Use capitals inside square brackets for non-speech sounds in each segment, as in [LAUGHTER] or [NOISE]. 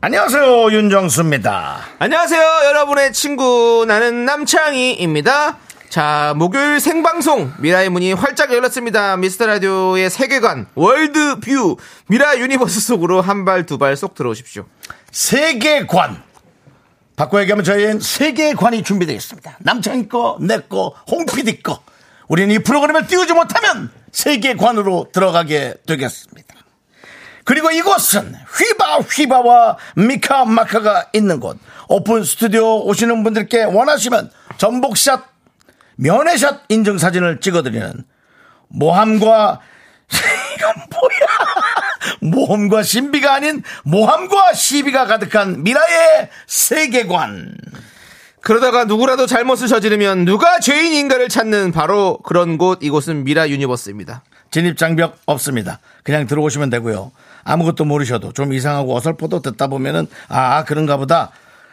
안녕하세요 윤정수입니다. 안녕하세요, 여러분의 친구 나는 남창희입니다. 자, 목요일 생방송 미라의 문이 활짝 열렸습니다. 미스터 라디오의 세계관 월드 뷰 미라 유니버스 속으로 한 발 두 발 쏙 들어오십시오. 세계관. 바꿔 얘기하면 저희엔 세계관이 준비되어 있습니다. 남창희 거, 내 거, 홍피디 거. 우리는 이 프로그램을 띄우지 못하면 세계관으로 들어가게 되겠습니다. 그리고 이곳은 휘바 휘바와 미카 마카가 있는 곳. 오픈 스튜디오 오시는 분들께 원하시면 전복샷, 면회샷 인증사진을 찍어드리는 모함과 [LAUGHS] 이건 뭐야? 모험과 신비가 아닌 모함과 시비가 가득한 미라의 세계관. 그러다가 누구라도 잘못을 저지르면 누가 죄인인가를 찾는 바로 그런 곳 이곳은 미라 유니버스입니다. 진입 장벽 없습니다. 그냥 들어오시면 되고요. 아무것도 모르셔도 좀 이상하고 어설퍼도 듣다 보면은 아, 아, 그런가 보다.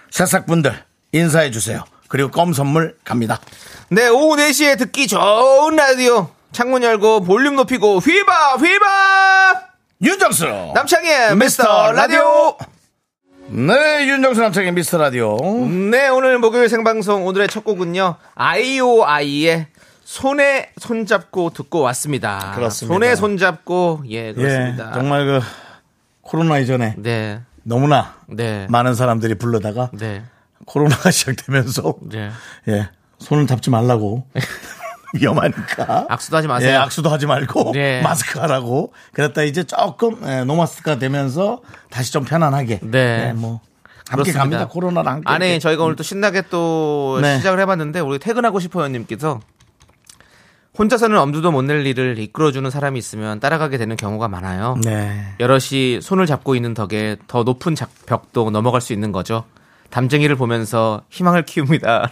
새싹분들 인사해 주세요. 그리고 껌 선물 갑니다. 네, 오후 4시에 듣기 좋은 라디오. 창문 열고 볼륨 높이고 휘바 휘바 윤정수 남창희의 미스터 라디오. 네, 윤정수 남창의 미스터 라디오. 네, 오늘 목요일 생방송 오늘의 첫 곡은요. 아이오아이의 손에 손잡고 듣고 왔습니다. 그렇습니다. 손에 손잡고 예, 예, 그렇습니다. 정말 그 코로나 이전에 네. 너무나 네. 많은 사람들이 불러다가 네. 코로나가 [LAUGHS] 시작되면서 네. 예 손을 잡지 [LAUGHS] 말라고 위험하니까 악수도 하지 마세요. 예, 악수도 하지 말고 네. [LAUGHS] 마스크 하라고 그랬다 이제 조금 예, 노마스크가 되면서 다시 좀 편안하게 네. 예, 뭐 함께 그렇습니다. 갑니다 코로나랑 함께 아니, 이렇게. 저희가 오늘 또 신나게 또 네. 시작을 해 봤는데 우리 퇴근하고 싶어요 님께서 혼자서는 엄두도 못 낼 일을 이끌어 주는 사람이 있으면 따라가게 되는 경우가 많아요. 네 여럿이 손을 잡고 있는 덕에 더 높은 작- 벽도 넘어갈 수 있는 거죠. 담쟁이를 보면서 희망을 키웁니다.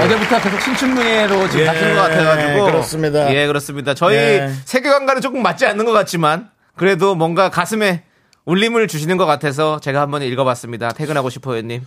어제부터 계속 [LAUGHS] 신춘문예로 지금 예, 바뀐 것 같아가지고 그렇습니다. 예 그렇습니다. 저희 예. 세계관과는 조금 맞지 않는 것 같지만 그래도 뭔가 가슴에 울림을 주시는 것 같아서 제가 한번 읽어봤습니다. 퇴근하고 싶어요님.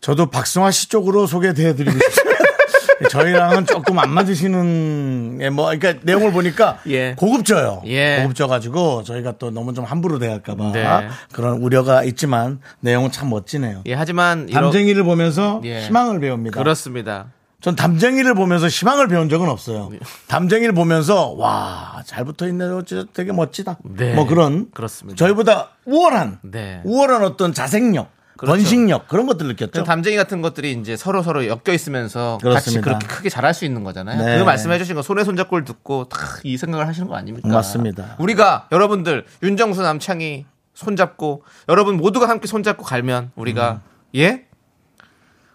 저도 박승화 씨 쪽으로 소개해드리고 싶어요 [LAUGHS] 저희랑은 조금 안 맞으시는 예, 뭐 그러니까 내용을 보니까 예. 고급져요 예. 고급져가지고 저희가 또 너무 좀 함부로 대할까봐 네. 그런 우려가 있지만 내용은 참 멋지네요 예 하지만 이러- 담쟁이를 보면서 예. 희망을 배웁니다. 그렇습니다. 전 담쟁이를 보면서 희망을 배운 적은 없어요. 예. 담쟁이를 보면서 와 잘 붙어 있네, 어째 되게 멋지다. 네. 뭐 그런 그렇습니다. 저희보다 우월한 네. 우월한 어떤 자생력, 그렇죠. 번식력 그런 것들 느꼈죠. 그 담쟁이 같은 것들이 이제 서로 서로 엮여 있으면서 같이 그렇죠. 그렇습니다. 그렇게 크게 잘할 수 있는 거잖아요. 네. 그 말씀해 주신 거 손에 손잡고를 듣고 다 이 생각을 하시는 거 아닙니까? 맞습니다. 우리가 여러분들 윤정수 남창이 손잡고 여러분 모두가 함께 손잡고 갈면 우리가 음. 예?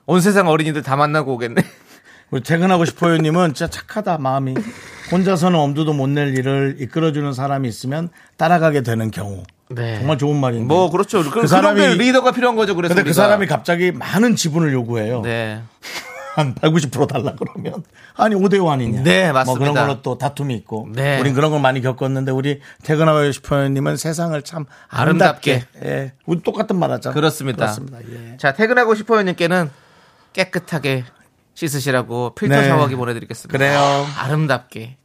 온 세상 어린이들 다 만나고 오겠네. [LAUGHS] 우리 퇴근하고 싶어요님은 진짜 착하다 마음이 혼자서는 엄두도 못 낼 일을 이끌어주는 사람이 있으면 따라가게 되는 경우 네. 정말 좋은 말인데. 뭐 그렇죠. 그, 그 사람이- 사람이 리더가 필요한 거죠. 그래서 근데 그 우리가. 사람이 갑자기 많은 지분을 요구해요. 네. 한 8, 90% 달라 그러면 아니 5대 5 아니냐. 뭐 네, 그런 맞습니다. 걸로 또 다툼이 있고. 네. 우린 그런 걸 많이 겪었는데 우리 퇴근하고 싶어 님은 세상을 참 아름답게. 아름답게. 예. 우리 똑같은 말 하잖아. 그렇습니다. 그렇습니다. 예. 자 퇴근하고 싶어요님께는 깨끗하게 씻으시라고 필터 네. 샤워기 보내드리겠습니다. 그래요. 아름답게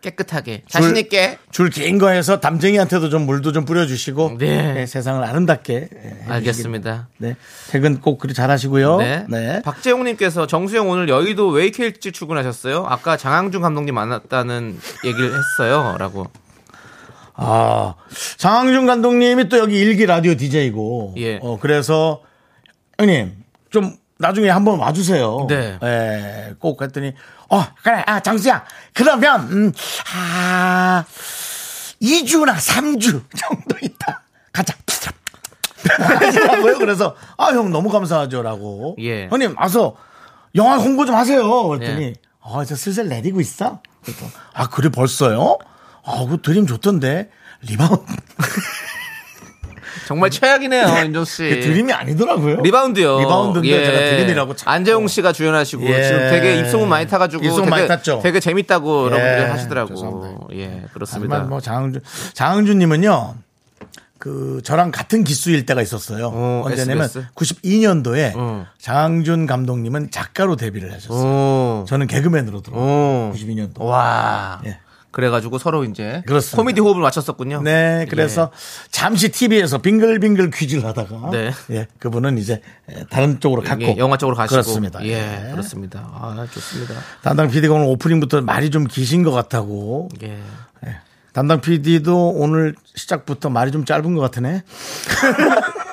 깨끗하게 자신 있게 줄 긴 거에서 담쟁이한테도 좀 물도 좀 뿌려 주시고 네. 예, 세상을 아름답게 예, 해주시기 알겠습니다. 바랍니다. 네. 퇴근 꼭 그리 잘 하시고요. 네. 박재용님께서 정수영 오늘 여의도 왜 이렇게 일찍 출근하셨어요? 아까 장항준 감독님 만났다는 얘기를 했어요. 라고. 아, 장항준 감독님이 또 여기 일기 라디오 DJ고. 예. 어, 그래서 형님 좀 나중에 한번 와주세요. 네. 예, 꼭 했더니 어 그래 아 장수야 그러면 음, 아 2주나 3주 정도 있다 가자. [LAUGHS] 하시라고요. 그래서 아 형 너무 감사하죠라고. 예. 형님 와서 영화 홍보 좀 하세요. 그랬더니 예. 아, 이제 슬슬 내리고 있어? 그래서, 아, 그래 벌써요? 아, 그 드림 좋던데. 리바운드. 정말 최악이네요, 윤정 씨. 그게 드림이 아니더라고요. 리바운드요. 예. 리바운드인데 제가 드림이라고 자꾸. 안재홍 씨가 주연하시고 예. 지금 되게 입소문 많이 타가지고 입소문 되게, 많이 탔죠. 예. 되게 재밌다고 여러분들 하시더라고. 죄송합니다. 예, 그렇습니다. 정말 뭐 장항준 장항준님은요. 그 저랑 같은 기수일 때가 있었어요. 어, 언제냐면 SBS? 92년도에 어. 장항준 감독님은 작가로 데뷔를 하셨어요. 오, 저는 개그맨으로 들어. 오, 92년도. 와. 예. 그래가지고 서로 이제 그렇습니다. 코미디 호흡을 맞췄었군요. 네, 그래서 잠시 TV에서 빙글빙글 퀴즈를 하다가 네. 예, 그분은 이제 다른 쪽으로 예, 갔고 예, 영화 쪽으로 가시고 그렇습니다. 예, 예. 그렇습니다. 아, 좋습니다. 담당 PD가 오늘 오프닝부터 말이 좀 기신 것 같다고. 예. 예. 담당 PD도 오늘 시작부터 말이 좀 짧은 것 같으네. [LAUGHS]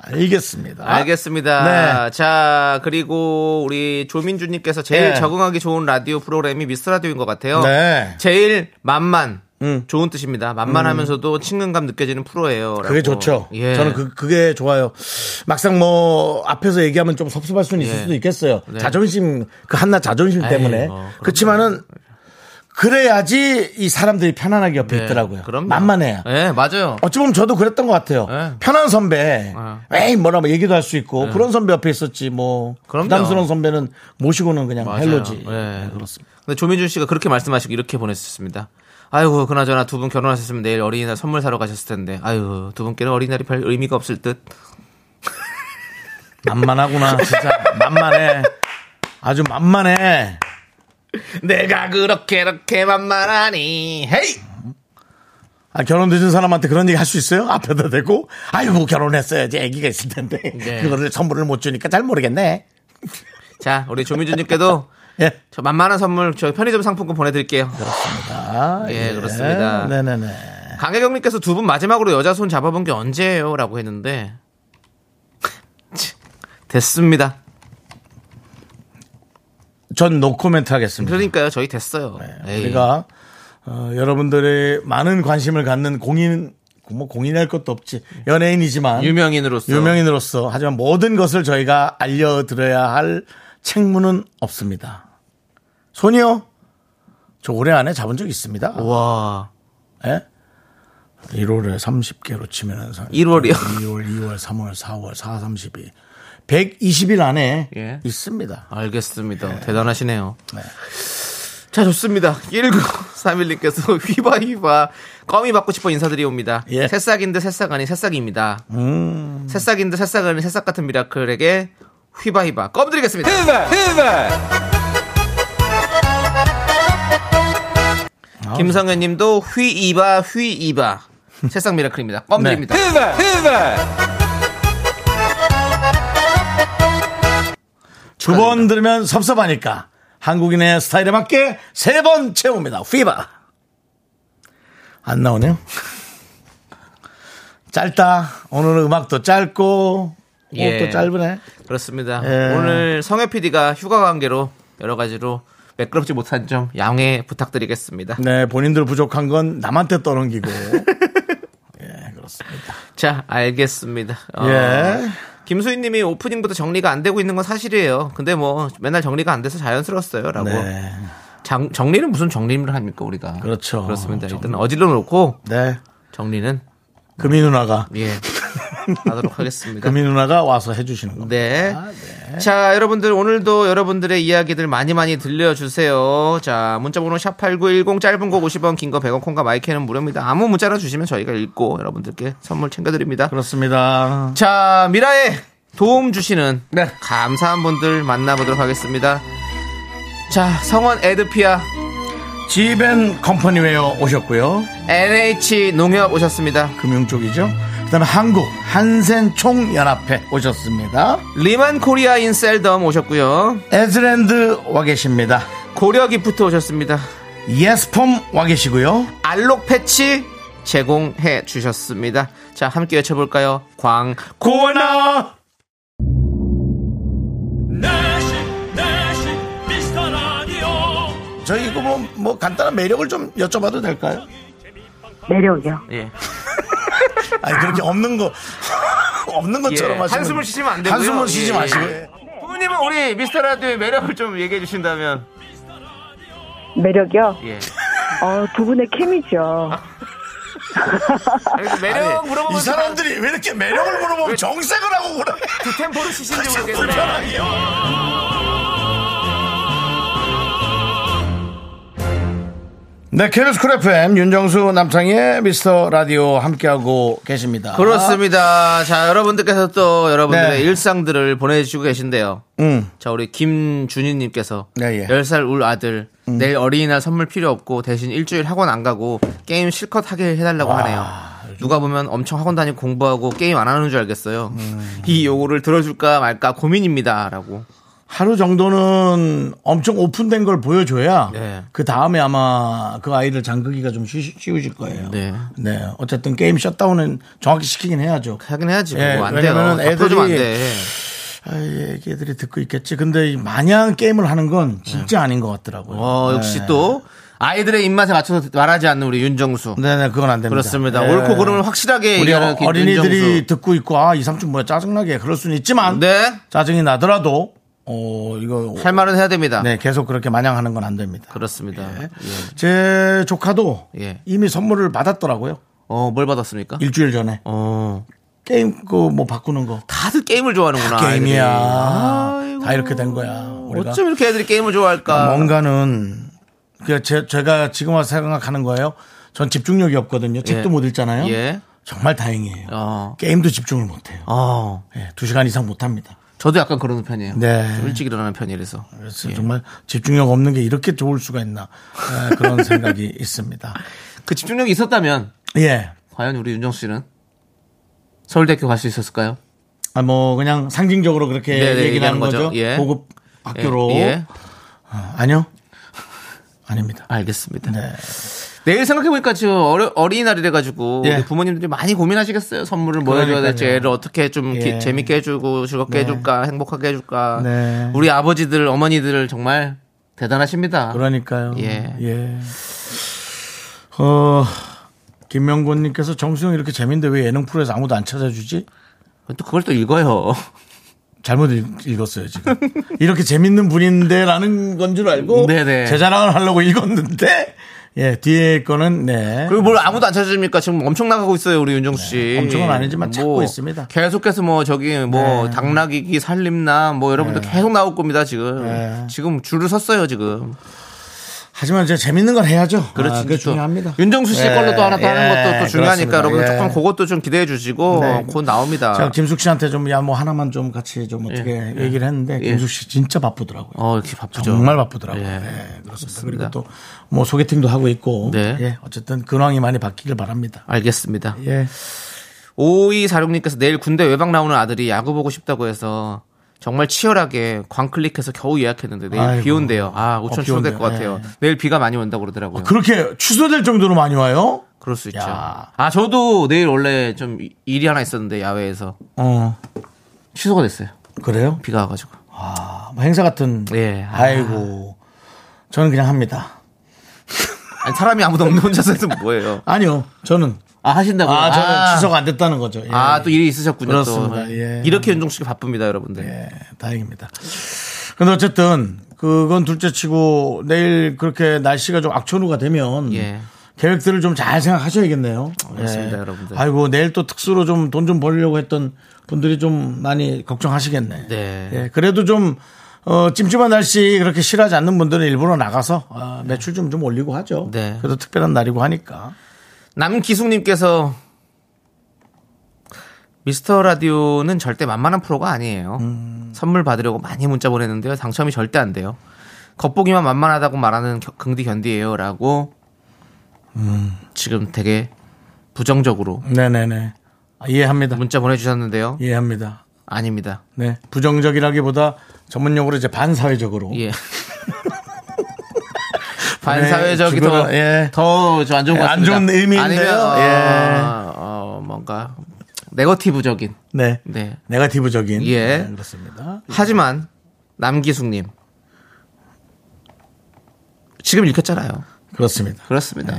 알겠습니다. 알겠습니다. 아, 네. 자, 그리고 우리 조민주님께서 제일 예. 적응하기 좋은 라디오 프로그램이 미스 라디오인 것 같아요. 네. 제일 만만. 음. 좋은 뜻입니다. 만만하면서도 친근감 느껴지는 프로예요. 라고. 그게 좋죠. 예. 저는 그, 그게 좋아요. 막상 뭐 앞에서 얘기하면 좀 섭섭할 수는 있을 예. 수도 있겠어요. 네. 자존심, 그 한낱 자존심 에이, 때문에. 뭐, 그럼요. 그렇지만은 그래야지 이 사람들이 편안하게 옆에 네, 있더라고요. 그럼요. 만만해야. 예, 맞아요. 어찌 보면 저도 그랬던 것 같아요. 예. 편한 선배, 에이 뭐라 뭐 얘기도 할 수 있고 그런 선배 옆에 있었지 뭐 네. 그럼요. 부담스러운 선배는 모시고는 그냥 맞아요. 헬로지. 예. 네, 그렇습니다. 근데 조민준 씨가 그렇게 말씀하시고 이렇게 보내셨습니다. 아이고 그나저나 두 분 결혼하셨으면 내일 어린이날 선물 사러 가셨을 텐데 아유 두 분께는 어린이날이 별 의미가 없을 듯 만만하구나 진짜 만만해. 아주 만만해. 내가 그렇게 이렇게 만만하니 헤이 아, 결혼 늦은 사람한테 그런 얘기 할 수 있어요? 앞에다 대고? 아이고, 결혼했어야지. 아기가 있을 텐데. 네. 그거를 선물을 못 주니까 잘 모르겠네. 자 우리 조민준님께도 [LAUGHS] 예. 저 만만한 선물 저 편의점 상품권 보내드릴게요 아, 예, 그렇습니다. 네네네. 강혜경님께서 두 분 마지막으로 여자 손 잡아본 게 언제예요? 라고 했는데 [LAUGHS] 치, 됐습니다 전 노코멘트 하겠습니다. 예, 그러니까요 저희 됐어요 에이. 네, 우리가, 어, 여러분들의 많은 관심을 갖는 공인, 뭐 공인할 것도 없지. 연예인이지만. 유명인으로서 유명인으로서. 하지만 모든 것을 저희가 알려드려야 할 책무는 없습니다. 손이요? 저 올해 안에 잡은 적 있습니다. 와 예? 1월에 30개로 치면은 1월이요? 2월, 2월, 3월, 4월, 4, 32. 120일 안에 예. 있습니다. 알겠습니다. 어, 대단하시네요. 네. 자, 좋습니다. 1931님께서 [LAUGHS] 휘바 휘바 껌이 받고 싶어 인사드리옵니다. 예. 음. 새싹인데 새싹 아닌 새싹입니다. 새싹인데 새싹 아닌 새싹 같은 미라클에게 휘바 휘바 껌 드리겠습니다. 김성현 님도 휘이바 휘이바 새싹 미라클입니다. 껌 네. 드립니다. 두 번 들으면 섭섭하니까 한국인의 스타일에 맞게 세 번 채웁니다. 휘바. 안 나오네요. [LAUGHS] 짧다. 오늘은 음악도 짧고 예. 옷도 짧으네. 그렇습니다. 예. 오늘 성혜 PD가 휴가 관계로 여러 가지로 매끄럽지 못한 점 양해 부탁드리겠습니다. 네, 본인들 부족한 건 남한테 [LAUGHS] 떠넘기고. 예, 그렇습니다. 자, 알겠습니다. 어, 예. 김수인 님이 오프닝부터 정리가 안 되고 있는 건 사실이에요. 근데 뭐 맨날 정리가 안 돼서 자연스러웠어요. 라고. 네. 장- 정리는 무슨 정리를 합니까, 우리가? 그렇죠. 그렇습니다. 일단 어질러 놓고 네. 정리는 금이 누나가 [LAUGHS] 예. 하도록 하겠습니다. 금이 누나가 와서 해주시는 겁니다. 네. 자, 여러분들 오늘도 여러분들의 이야기들 많이 많이 들려주세요. 자, 문자번호 샵8910 짧은 거 50원, 긴 거 100원, 콩과 마이크는 무료입니다. 아무 문자나 주시면 저희가 읽고 여러분들께 선물 챙겨드립니다. 그렇습니다. 자, 미라에 도움 주시는 네. 감사한 분들 만나보도록 하겠습니다. 자, 성원 에드피아, 지벤 컴퍼니웨어 오셨고요. NH 농협 오셨습니다. 금융 쪽이죠. 그다음에 한국 한센 총연합회 오셨습니다. 리만 코리아 인셀덤 오셨고요. 에즈랜드 와 계십니다. 고려 기프트 오셨습니다. 예스폼 와 계시고요. 알록 패치 제공해 주셨습니다. 자, 함께 외쳐볼까요? 광. 고원아 내시 내시 미스터 라디오 저희 이거 뭐, 뭐 간단한 매력을 좀 여쭤봐도 될까요? 매력이요. 예. 아니 그렇게 없는 거 [LAUGHS] 없는 것처럼 예, 하시면 한숨을 쉬시면 안 되고요. 한숨을 쉬지 예, 예. 마시고 부모님은 우리 미스터 라디오의 매력을 좀 얘기해 주신다면. 매력이요? 예. 어, 두 분의 케미죠. 아니, 그 매력 물어보고 네. 이 사람들이 왜 이렇게 매력을 물어보면 정색을 하고 그래? 그 템포를 치신지 모르겠네. 불편하게. 네, KBS 쿨 FM 윤정수 남창희의 미스터 라디오 함께하고 계십니다. 그렇습니다. 자, 여러분들께서 또 여러분들의 네. 일상들을 보내주시고 계신데요. 음. 자, 우리 김준희님께서 네, 예. 음. 10살 울 아들 내일 어린이날 선물 필요 없고 대신 일주일 학원 안 가고 게임 실컷 하게 해달라고 하네요. 누가 보면 엄청 학원 다니고 공부하고 게임 안 하는 줄 알겠어요. 음. 이 요구를 들어줄까 말까 고민입니다라고. 하루 정도는 엄청 오픈된 걸 보여줘야 네. 그 다음에 아마 그 아이를 잠그기가 좀 쉬, 쉬우실 거예요. 네. 네. 어쨌든 게임 셧다운은 정확히 시키긴 해야죠. 하긴 해야지. 예, 그거 안 돼요. 왜냐면은 애들 좀안 애들이 돼. 아이, 애기들이 듣고 있겠지. 근데 이 마냥 게임을 하는 건 진짜 아닌 것 같더라고요. 어, 네. 역시 또 아이들의 입맛에 맞춰서 말하지 않는 우리 윤정수. 네네, 그건 안 됩니다. 그렇습니다. 예. 옳고 그름을 확실하게 우리 얘기하는 어- 어린이들이 윤정수. 듣고 있고 아, 이 삼촌 뭐야 짜증나게 그럴 수는 있지만 네. 짜증이 나더라도 어, 이거 할 말은 해야 됩니다. 네, 계속 그렇게 마냥 하는 건 안 됩니다. 그렇습니다. 예. 제 조카도 예. 이미 선물을 받았더라고요. 어, 뭘 받았습니까? 일주일 전에 어. 게임 그 뭐 바꾸는 거 다들 게임을 좋아하는구나. 게임이야 아이들이. 다 이렇게 된 거야 우리가 어쩜 이렇게 애들이 게임을 좋아할까? 뭔가는 그 제, 제가 지금 와서 생각하는 거예요 전 집중력이 없거든요 책도 못 읽잖아요 예. 정말 다행이에요 어. 게임도 집중을 못해요 어. 예, 두 시간 이상 못합니다 저도 약간 그런 편이에요. 네. 좀 일찍 일어나는 편이라서. 그래서 정말 집중력 없는 게 이렇게 좋을 수가 있나 예, [LAUGHS] 그런 생각이 있습니다 그 집중력이 있었다면 예 과연 우리 윤정수 씨는 서울대학교 갈 수 있었을까요? 아, 뭐, 그냥 상징적으로 그렇게 네네, 얘기를 하는 얘기하는 거죠. 거죠. 예. 고급 학교로. 예, 예. 아, 아니요. 아닙니다. 알겠습니다. 네. 내일 생각해보니까 지금 어려, 어린이날이래가지고 예. 우리 부모님들이 많이 고민하시겠어요. 선물을 뭐 해줘야 될지 그러니까요. 애를 어떻게 좀 기- 예. 재밌게 해주고 즐겁게 해줄까 행복하게 해줄까. 네. 우리 아버지들 어머니들 정말 대단하십니다. 그러니까요. 아, 예. 예. 어, 김명곤님께서 정수영 이렇게 재밌는데 왜 예능 프로에서 아무도 안 찾아주지? 또 그걸 또 읽어요. [LAUGHS] 잘못 읽- 읽었어요, 지금. 이렇게 재밌는 분인데 라는 건 줄 알고. 음, 네네. 제 자랑을 하려고 읽었는데. 예, 뒤에 거는, 네. 그리고 뭘 아무도 안 찾아줍니까? 지금 엄청 나가고 있어요, 우리 윤정수 씨. 뭐 엄청은 아니지만 찾고 있습니다. 계속해서 뭐 저기 뭐 네. 당나귀기 살림남 뭐 여러분들 계속 나올 겁니다, 지금. 네. 지금 줄을 섰어요, 지금. 하지만 이제 재밌는 걸 해야죠. 그렇지. 아, 그게 또 중요합니다. 윤정수 씨 걸로 또 하나 또 하는 예, 것도 또 중요하니까 그렇습니다. 여러분 예. 조금 그것도 좀 기대해 주시고 네. 곧 나옵니다. 제가 김숙 씨한테 좀 야 뭐 하나만 좀 같이 좀 어떻게 예. 얘기를 했는데 김숙 씨 진짜 바쁘더라고요. 어, 이렇게 바쁘죠. 정말 바쁘더라고요. 예. 예, 그렇습니다. 그리고 또 뭐 소개팅도 하고 있고 네. 예, 어쨌든 근황이 많이 바뀌길 바랍니다. 알겠습니다. 예. 5246님께서 내일 군대 외박 나오는 아들이 야구 보고 싶다고 해서 정말 치열하게 광 클릭해서 겨우 예약했는데 내일 아이고. 비 온대요. 아, 어, 비 우천 취소될 것 온대요. 아, 같아요. 내일 비가 많이 온다고 그러더라고요. 그... 그렇게 취소될 정도로 많이 와요? 럴수 있죠. 야. 아, 저도 내일 원래 좀 이- 일이 하나 있었는데 야외에서 어. 취소가 됐어요. 그래요? 비가 와가지고. 아, 뭐 행사 같은 예. 아. 아이고. 저는 그냥 합니다. 아니, 사람이 아무도 없는 혼자서 해서 뭐예요? 아니요. 저는 아, 하신다고요? 아, 저는 취소가 안 됐다는 거죠. 예. 아, 또 일이 있으셨군요. 그렇습니다. 또. 예. 이렇게 윤종식이 바쁩니다, 여러분들. 예, 다행입니다. 근데 어쨌든 그건 둘째 치고 내일 그렇게 날씨가 좀 악천후가 되면 예. 계획들을 좀 잘 생각하셔야겠네요. 예. 그렇습니다, 여러분들. 아이고, 내일 또 특수로 좀 돈 좀 벌려고 했던 분들이 좀 많이 걱정하시겠네. 네. 예, 그래도 좀 어, 찜찜한 날씨 그렇게 싫어하지 않는 분들은 일부러 나가서 어, 매출 좀 좀 올리고 하죠. 네. 그래도 특별한 날이고 하니까. 남기숙님께서 미스터 라디오는 절대 만만한 프로가 아니에요. 음. 선물 받으려고 많이 문자 보냈는데요. 당첨이 절대 안 돼요. 겉보기만 만만하다고 말하는 겨- 긍디 견디예요. 라고 음. 지금 되게 부정적으로 네네네. 아, 이해합니다. 문자 예. 보내주셨는데요. 이해합니다. 아닙니다. 네. 부정적이라기보다 전문 용어로 이제 반사회적으로. [LAUGHS] 예. 반사회적이 주변에, 더, 예. 더, 저안 좋은 것 예, 안 같습니다. 좋은 의미인데요. 아니면, 어, 예. 어, 뭔가, 네거티브적인. 네. 네. 네가티브적인. 예. 네, 그렇습니다. 하지만, 남기숙님. 지금 읽혔잖아요. 그렇습니다. 그렇습니다.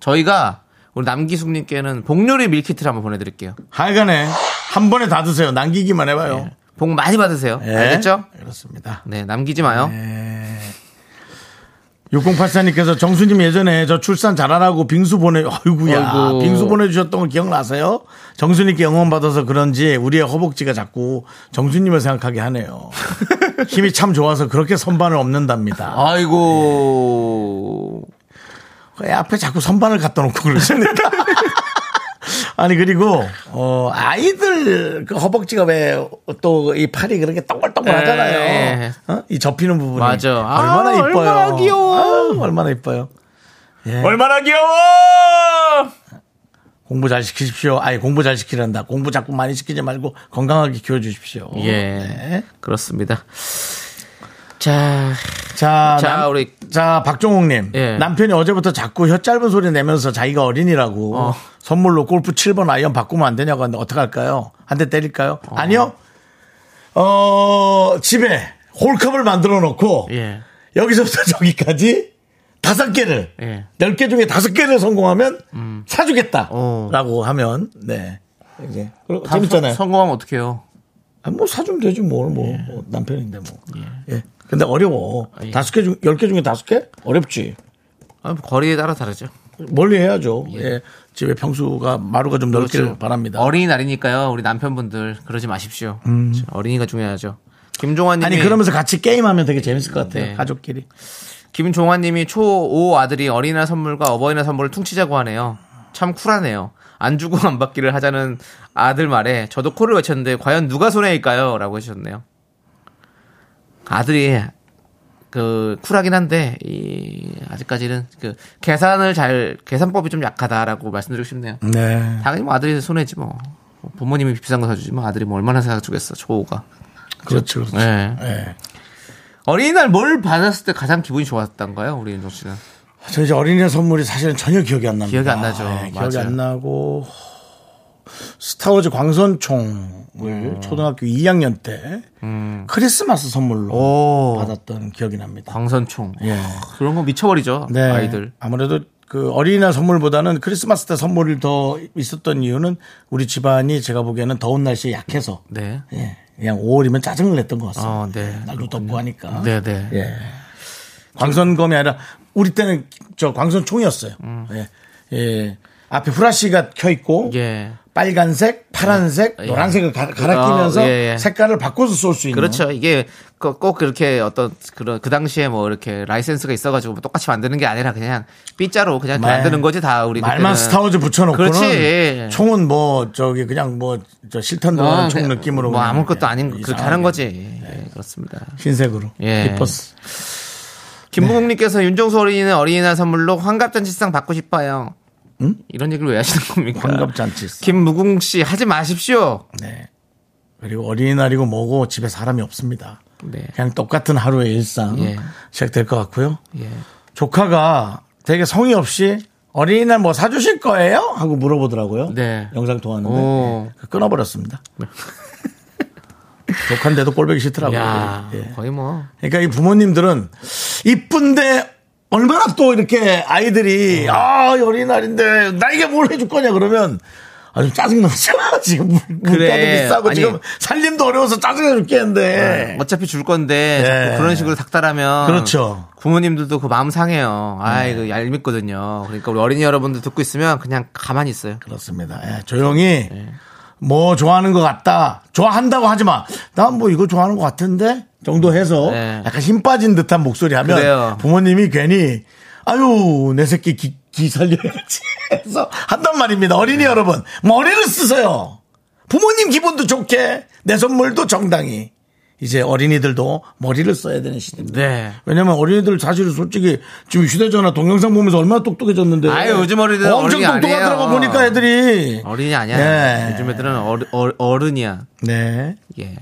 저희가, 우리 남기숙님께는 복요리 밀키트를 한번 보내드릴게요. 하여간에 한 번에 다 드세요. 남기기만 해봐요. 복 많이 받으세요. 네, 예. 알겠죠? 그렇습니다. 네, 남기지 마요. 예. 6084님께서 정수님 예전에 저 출산 잘하라고 빙수 보내, 아이고야. 아이고. 빙수 보내주셨던 거 기억나세요? 정수님께 영원받아서 그런지 우리의 허벅지가 자꾸 정수님을 생각하게 하네요. 힘이 참 좋아서 그렇게 선반을 어, 없는답니다. 아이고. 그 앞에 자꾸 선반을 갖다 놓고 그러시니까. [LAUGHS] 아니, 그리고, 어, 아이들 그 허벅지가 왜 또 이 팔이 그렇게 동글동글 예. 하잖아요. 어? 이 접히는 부분이. 맞아. 아, 얼마나 이뻐요. 얼마나 귀여워. 아유, 얼마나 이뻐요. 얼마나 귀여워! 공부 잘 시키십시오. 아니 공부 잘 시키란다. 공부 자꾸 많이 시키지 말고 건강하게 키워 주십시오. 네. 예. 그렇습니다. 자, 자, 자, 남- 우리- 자 박종욱님 예. 남편이 어제부터 자꾸 혀 짧은 소리 내면서 자기가 어린이라고 어. 선물로 골프 7번 아이언 바꾸면 안 되냐고 하는데 어떡 할까요? 한 대 때릴까요? 아니요. 어 집에 홀컵을 만들어 놓고 예. 여기서부터 [LAUGHS] 저기까지 다섯 개를 예. 음. 열 개 중에 다섯 개를 성공하면 어. 사주겠다라고 하면 네 이제 그리고 다 재밌잖아요. 성- 성공하면 어떡해요? 아, 뭐 사주면 되지 뭘, 뭐, 뭐 남편인데 뭐. 예. 근데 어려워. 예. 다섯 개 중, 열 개 중에 다섯 개? 어렵지. 아, 거리에 따라 다르죠. 멀리 해야죠. 예. 집에 평수가 마루가 좀 넓길 그렇죠. 바랍니다. 그렇죠. 어린이날이니까요. 우리 남편분들 그러지 마십시오. 자, 어린이가 중요하죠. 음. 김종환님이 아니 그러면서 같이 게임하면 되게 재밌을 것 같아요. 네. 가족끼리. 김종환님이 초5 아들이 어린이날 선물과 어버이날 선물을 퉁치자고 하네요. 참 쿨하네요. 안 주고 안 받기를 하자는 아들 말에 저도 코를 외쳤는데 과연 누가 손해일까요? 라고 해주셨네요. 아들이 그 쿨하긴 한데 이 아직까지는 그 계산을 잘 계산법이 좀 약하다라고 말씀드리고 싶네요. 네. 당연히 뭐 아들이 손해지 뭐 부모님이 비싼 거 사주지 뭐 아들이 뭐 얼마나 사주겠어 초호가 그렇죠. 그렇죠. 네. 예. 어린이날 뭘 받았을 때 가장 기분이 좋았던가요 우리 윤종 씨는 저 이제 어린이 선물이 사실은 전혀 기억이 안 납니다. 기억이 안 나죠. 예, 기억이 맞아요. 안 나고 스타워즈 광선총을 음. 초등학교 2학년 때 크리스마스 선물로 오. 받았던 기억이 납니다. 광선총 아, 예. 그런 거 미쳐버리죠 네. 아이들 아무래도 그 어린이날 선물보다는 크리스마스 때 선물이 더 있었던 이유는 우리 집안이 제가 보기에는 더운 날씨에 약해서 네 예, 그냥 5월이면 짜증을 냈던 것 같습니다. 어, 네. 날도 덥고 하니까. 네네 예. 광선검이 아니라 우리 때는 저 광선총이었어요. 음. 예. 예. 앞에 후라시가 켜 있고 예. 빨간색, 파란색, 예. 노란색을 가- 갈아 끼면서 어, 예, 예. 색깔을 바꿔서 쏠 수 있는 그렇죠 이게 꼭, 꼭 그렇게 어떤 그런 그 당시에 뭐 이렇게 라이센스가 있어가지고 뭐 똑같이 만드는 게 아니라 그냥 삐짜로 그냥 말- 네. 만드는 거지 다 우리 말만 그때는. 스타워즈 붙여놓고는 그렇지. 총은 뭐 저기 그냥 뭐저 실탄 들어가는 어, 총 그냥 느낌으로 뭐 그냥 아무것도 아닌 이상하게 네. 그렇게 하는 거지 예, 그렇습니다 흰색으로 예. 리퍼스 김부국님께서 윤종수 어린이는 어린이날 선물로 환갑잔치상 받고 싶어요. 이런 얘기를 왜 하시는 겁니까? 환갑잔치. 김무궁 씨 하지 마십시오. 네 그리고 어린이날이고 뭐고 집에 사람이 없습니다 네. 그냥 똑같은 하루의 일상 예. 시작될 것 같고요 예. 조카가 되게 성의 없이 어린이날 뭐 사주실 거예요? 하고 물어보더라고요 네. 영상 오. 통화하는데 예, [LAUGHS] 끊어버렸습니다 조카인데도 꼴보기 싫더라고요 야 예. 거의 뭐 그러니까 이 부모님들은 이쁜데 얼마나 또 이렇게 아이들이 어. 아 어린이날인데 나에게 뭘 해줄 거냐 그러면 아주 짜증 나잖아 지금 물- 물가도 그래. 비싸고 아니. 지금 살림도 어려워서 짜증나 죽겠는데 네. 어차피 줄 건데 자꾸 그런 식으로 닥달하면 예. 그렇죠. 네. 부모님들도 그 마음 상해요. 아이 그 얄밉거든요. 그러니까 우리 어린이 여러분들 듣고 있으면 그냥 가만히 있어요. 그렇습니다 예, 조용히 네. 뭐 좋아하는 것 같다 좋아한다고 하지 마난 뭐 이거 좋아하는 것 같은데 정도 해서 네. 약간 힘 빠진 듯한 목소리 하면 그래요. 부모님이 괜히 아유 내 새끼 기, 기 살려야지 [LAUGHS] 해서 한단 말입니다 네. 어린이 여러분 머리를 쓰세요 부모님 기분도 좋게 내 선물도 정당히 이제 어린이들도 머리를 써야 되는 시대입니다 네. 왜냐면 어린이들 사실 솔직히 지금 휴대전화 동영상 보면서 얼마나 똑똑해졌는데 아유, 요즘 어린이들은 엄청 어린이 똑똑하더라고 아니에요. 보니까 애들이 어린이 아니야. 네. 요즘 애들은 어르- 어르- 어른이야. 네 예.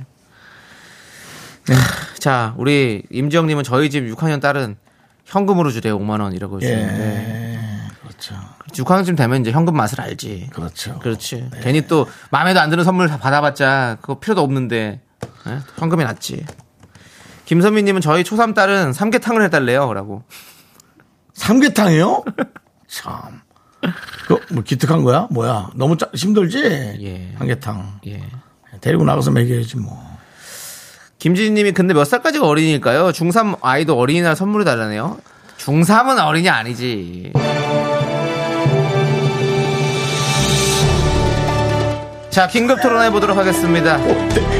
하, 자, 우리 임지영님은 저희 집 6학년 딸은 현금으로 주래요. 5만 원이라고 예. 주는데 그렇죠. 6학년쯤 되면 이제 현금 맛을 알지. 그렇죠. 그렇지. 괜히 또 마음에도 안 드는 선물 다 받아봤자 그거 필요도 없는데 예? 현금이 낫지. 김선미님은 저희 초삼 딸은 삼계탕을 해달래요라고. 삼계탕이요? [LAUGHS] 참. 그, 뭐, 기특한 거야? 뭐야? 너무 짜, 힘들지? 예. 삼계탕. 예. 데리고 나가서 먹여야지, 뭐. 김지진님이 근데 몇 살까지가 어린이일까요? 중3 아이도 어린이날 선물을 달라네요. 중3은 어린이 아니지. 자, 긴급 토론해 보도록 하겠습니다.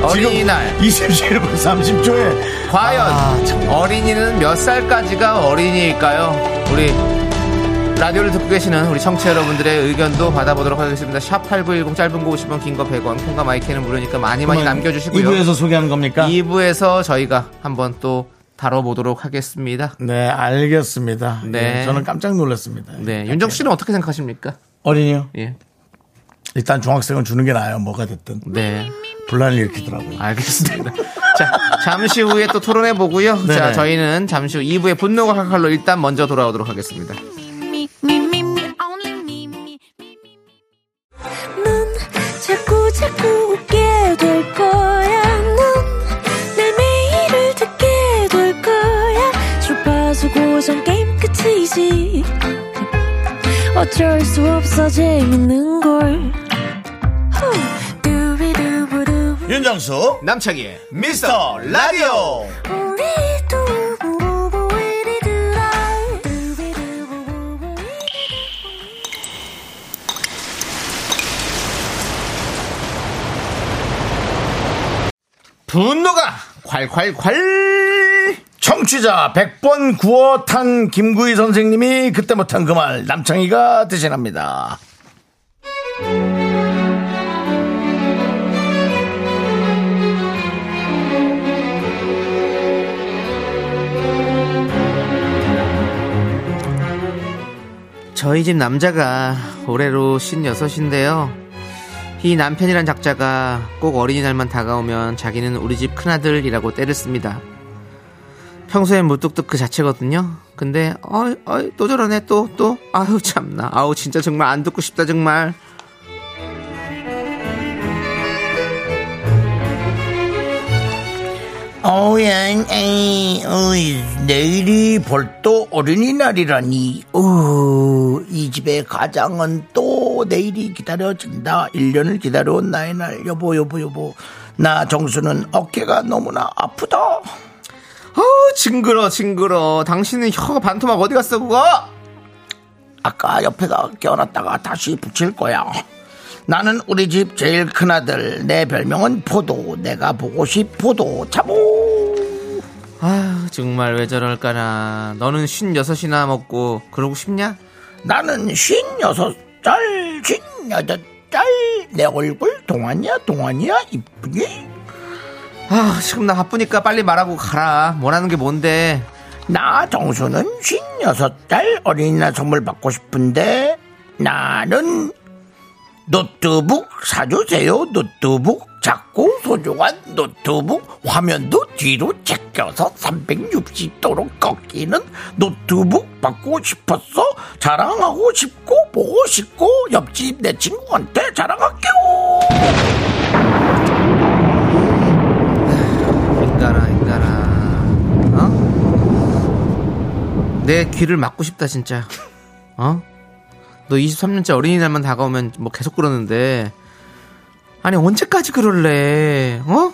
어린이날. 27분 30초에 과연 아, 어린이는 몇 살까지가 어린이일까요? 우리 라디오를 듣고 계시는 우리 청취자 여러분들의 의견도 받아보도록 하겠습니다. 샵 8910 짧은 거 50원, 긴 거 100원, 콩과 마이크는 무료니까 많이 많이 남겨주시고요. 2부에서 소개한 겁니까? 2부에서 저희가 한번 또 다뤄보도록 하겠습니다. 네, 알겠습니다. 네. 예, 저는 깜짝 놀랐습니다. 네, 윤정 씨는 어떻게 생각하십니까? 어린이요? 예. 일단 중학생은 주는 게 나아요. 뭐가 됐든. 네, 분란을 일으키더라고요. 알겠습니다. [LAUGHS] 자, 잠시 후에 또 토론해 보고요. 자, 네네. 저희는 잠시 후 2부의 분노가 칼칼로 일단 먼저 돌아오도록 하겠습니다. me, me, me, me, only me, me, me, me. 넌 자꾸 자꾸 웃게 될 거야. 넌내 매일을 듣게 될 거야. 주파수 고정 게임 끝이지. 어쩔 수 없어 재밌는 걸. 후. 두비두부두. 윤정수, 남창희의 미스터 라디오! 우리 두부부부 우리들아. 두비두부부부 우리들아. 분노가 콸콸콸 청취자 100번 구워 탄 김구희 선생님이 그때 못한 그 말 남창희가 대신합니다. 저희 집 남자가 올해로 56인데요 이 남편이란 작자가 꼭 어린이날만 다가오면 자기는 우리 집 큰아들이라고 떼를 씁니다 평소엔 무뚝뚝 그 자체거든요 근데 어이 어이 또 저러네 또 또 아유 참나 아우 진짜 정말 안 듣고 싶다 정말 어우야, 에이, 어이, 내일이 벌써 어린이날이라니. 어, 이 집의 가장은 또 내일이 기다려진다. 1년을 기다려온 나의 날. 여보, 여보, 여보. 나 정수는 어깨가 너무나 아프다. 어우 징그러 징그러 당신은 혀가 반토막 어디 갔어 그거 아까 옆에다 껴놨다가 다시 붙일 거야. 나는 우리 집 제일 큰아들. 내 별명은 포도. 내가 보고 싶포도. 차보. 아휴 정말 왜 저럴까나 너는 쉰 여섯이나 먹고 그러고 싶냐? 나는 쉰여섯 살, 쉰여덟 살, 내 얼굴 동안이야, 동안이야, 이쁘니? 아 지금 나 바쁘니까 빨리 말하고 가라 원하는 게 뭔데 나 정수는 쉰여섯 살 어린이날 선물 받고 싶은데, 나는 노트북 사주세요, 노트북. 작고 소중한 노트북 화면도 뒤로 제껴서 360도로 꺾이는 노트북 받고 싶었어 자랑하고 싶고 보고 싶고 옆집 내 친구한테 자랑할게요 인간아 인간아 어? 내 귀를 막고 싶다 진짜 어? 너 23년째 어린이날만 다가오면 뭐 계속 그러는데 아니 언제까지 그럴래 어?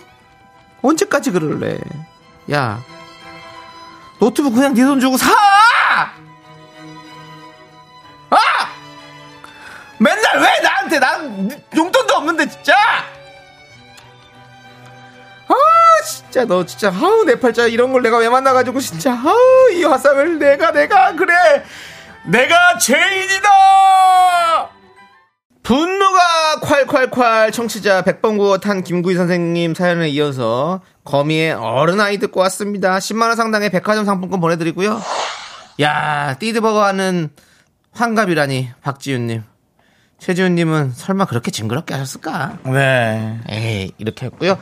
언제까지 그럴래 야 노트북 그냥 네 돈 주고 사! 아! 맨날 왜 나한테 난 용돈도 없는데 진짜 아 진짜 너 진짜 아우 내 팔자 이런 걸 내가 왜 만나가지고 진짜 아우 이 화상을 내가 내가 그래 내가 죄인이다 분노가 콸콸콸 청취자 백번구호 탄 김구희 선생님 사연에 이어서 거미의 어른아이 듣고 왔습니다 10만원 상당의 백화점 상품권 보내드리고요 야 띠드버거 하는 환갑이라니 박지윤님 최지훈님은 설마 그렇게 징그럽게 하셨을까 네. 에이 이렇게 했고요.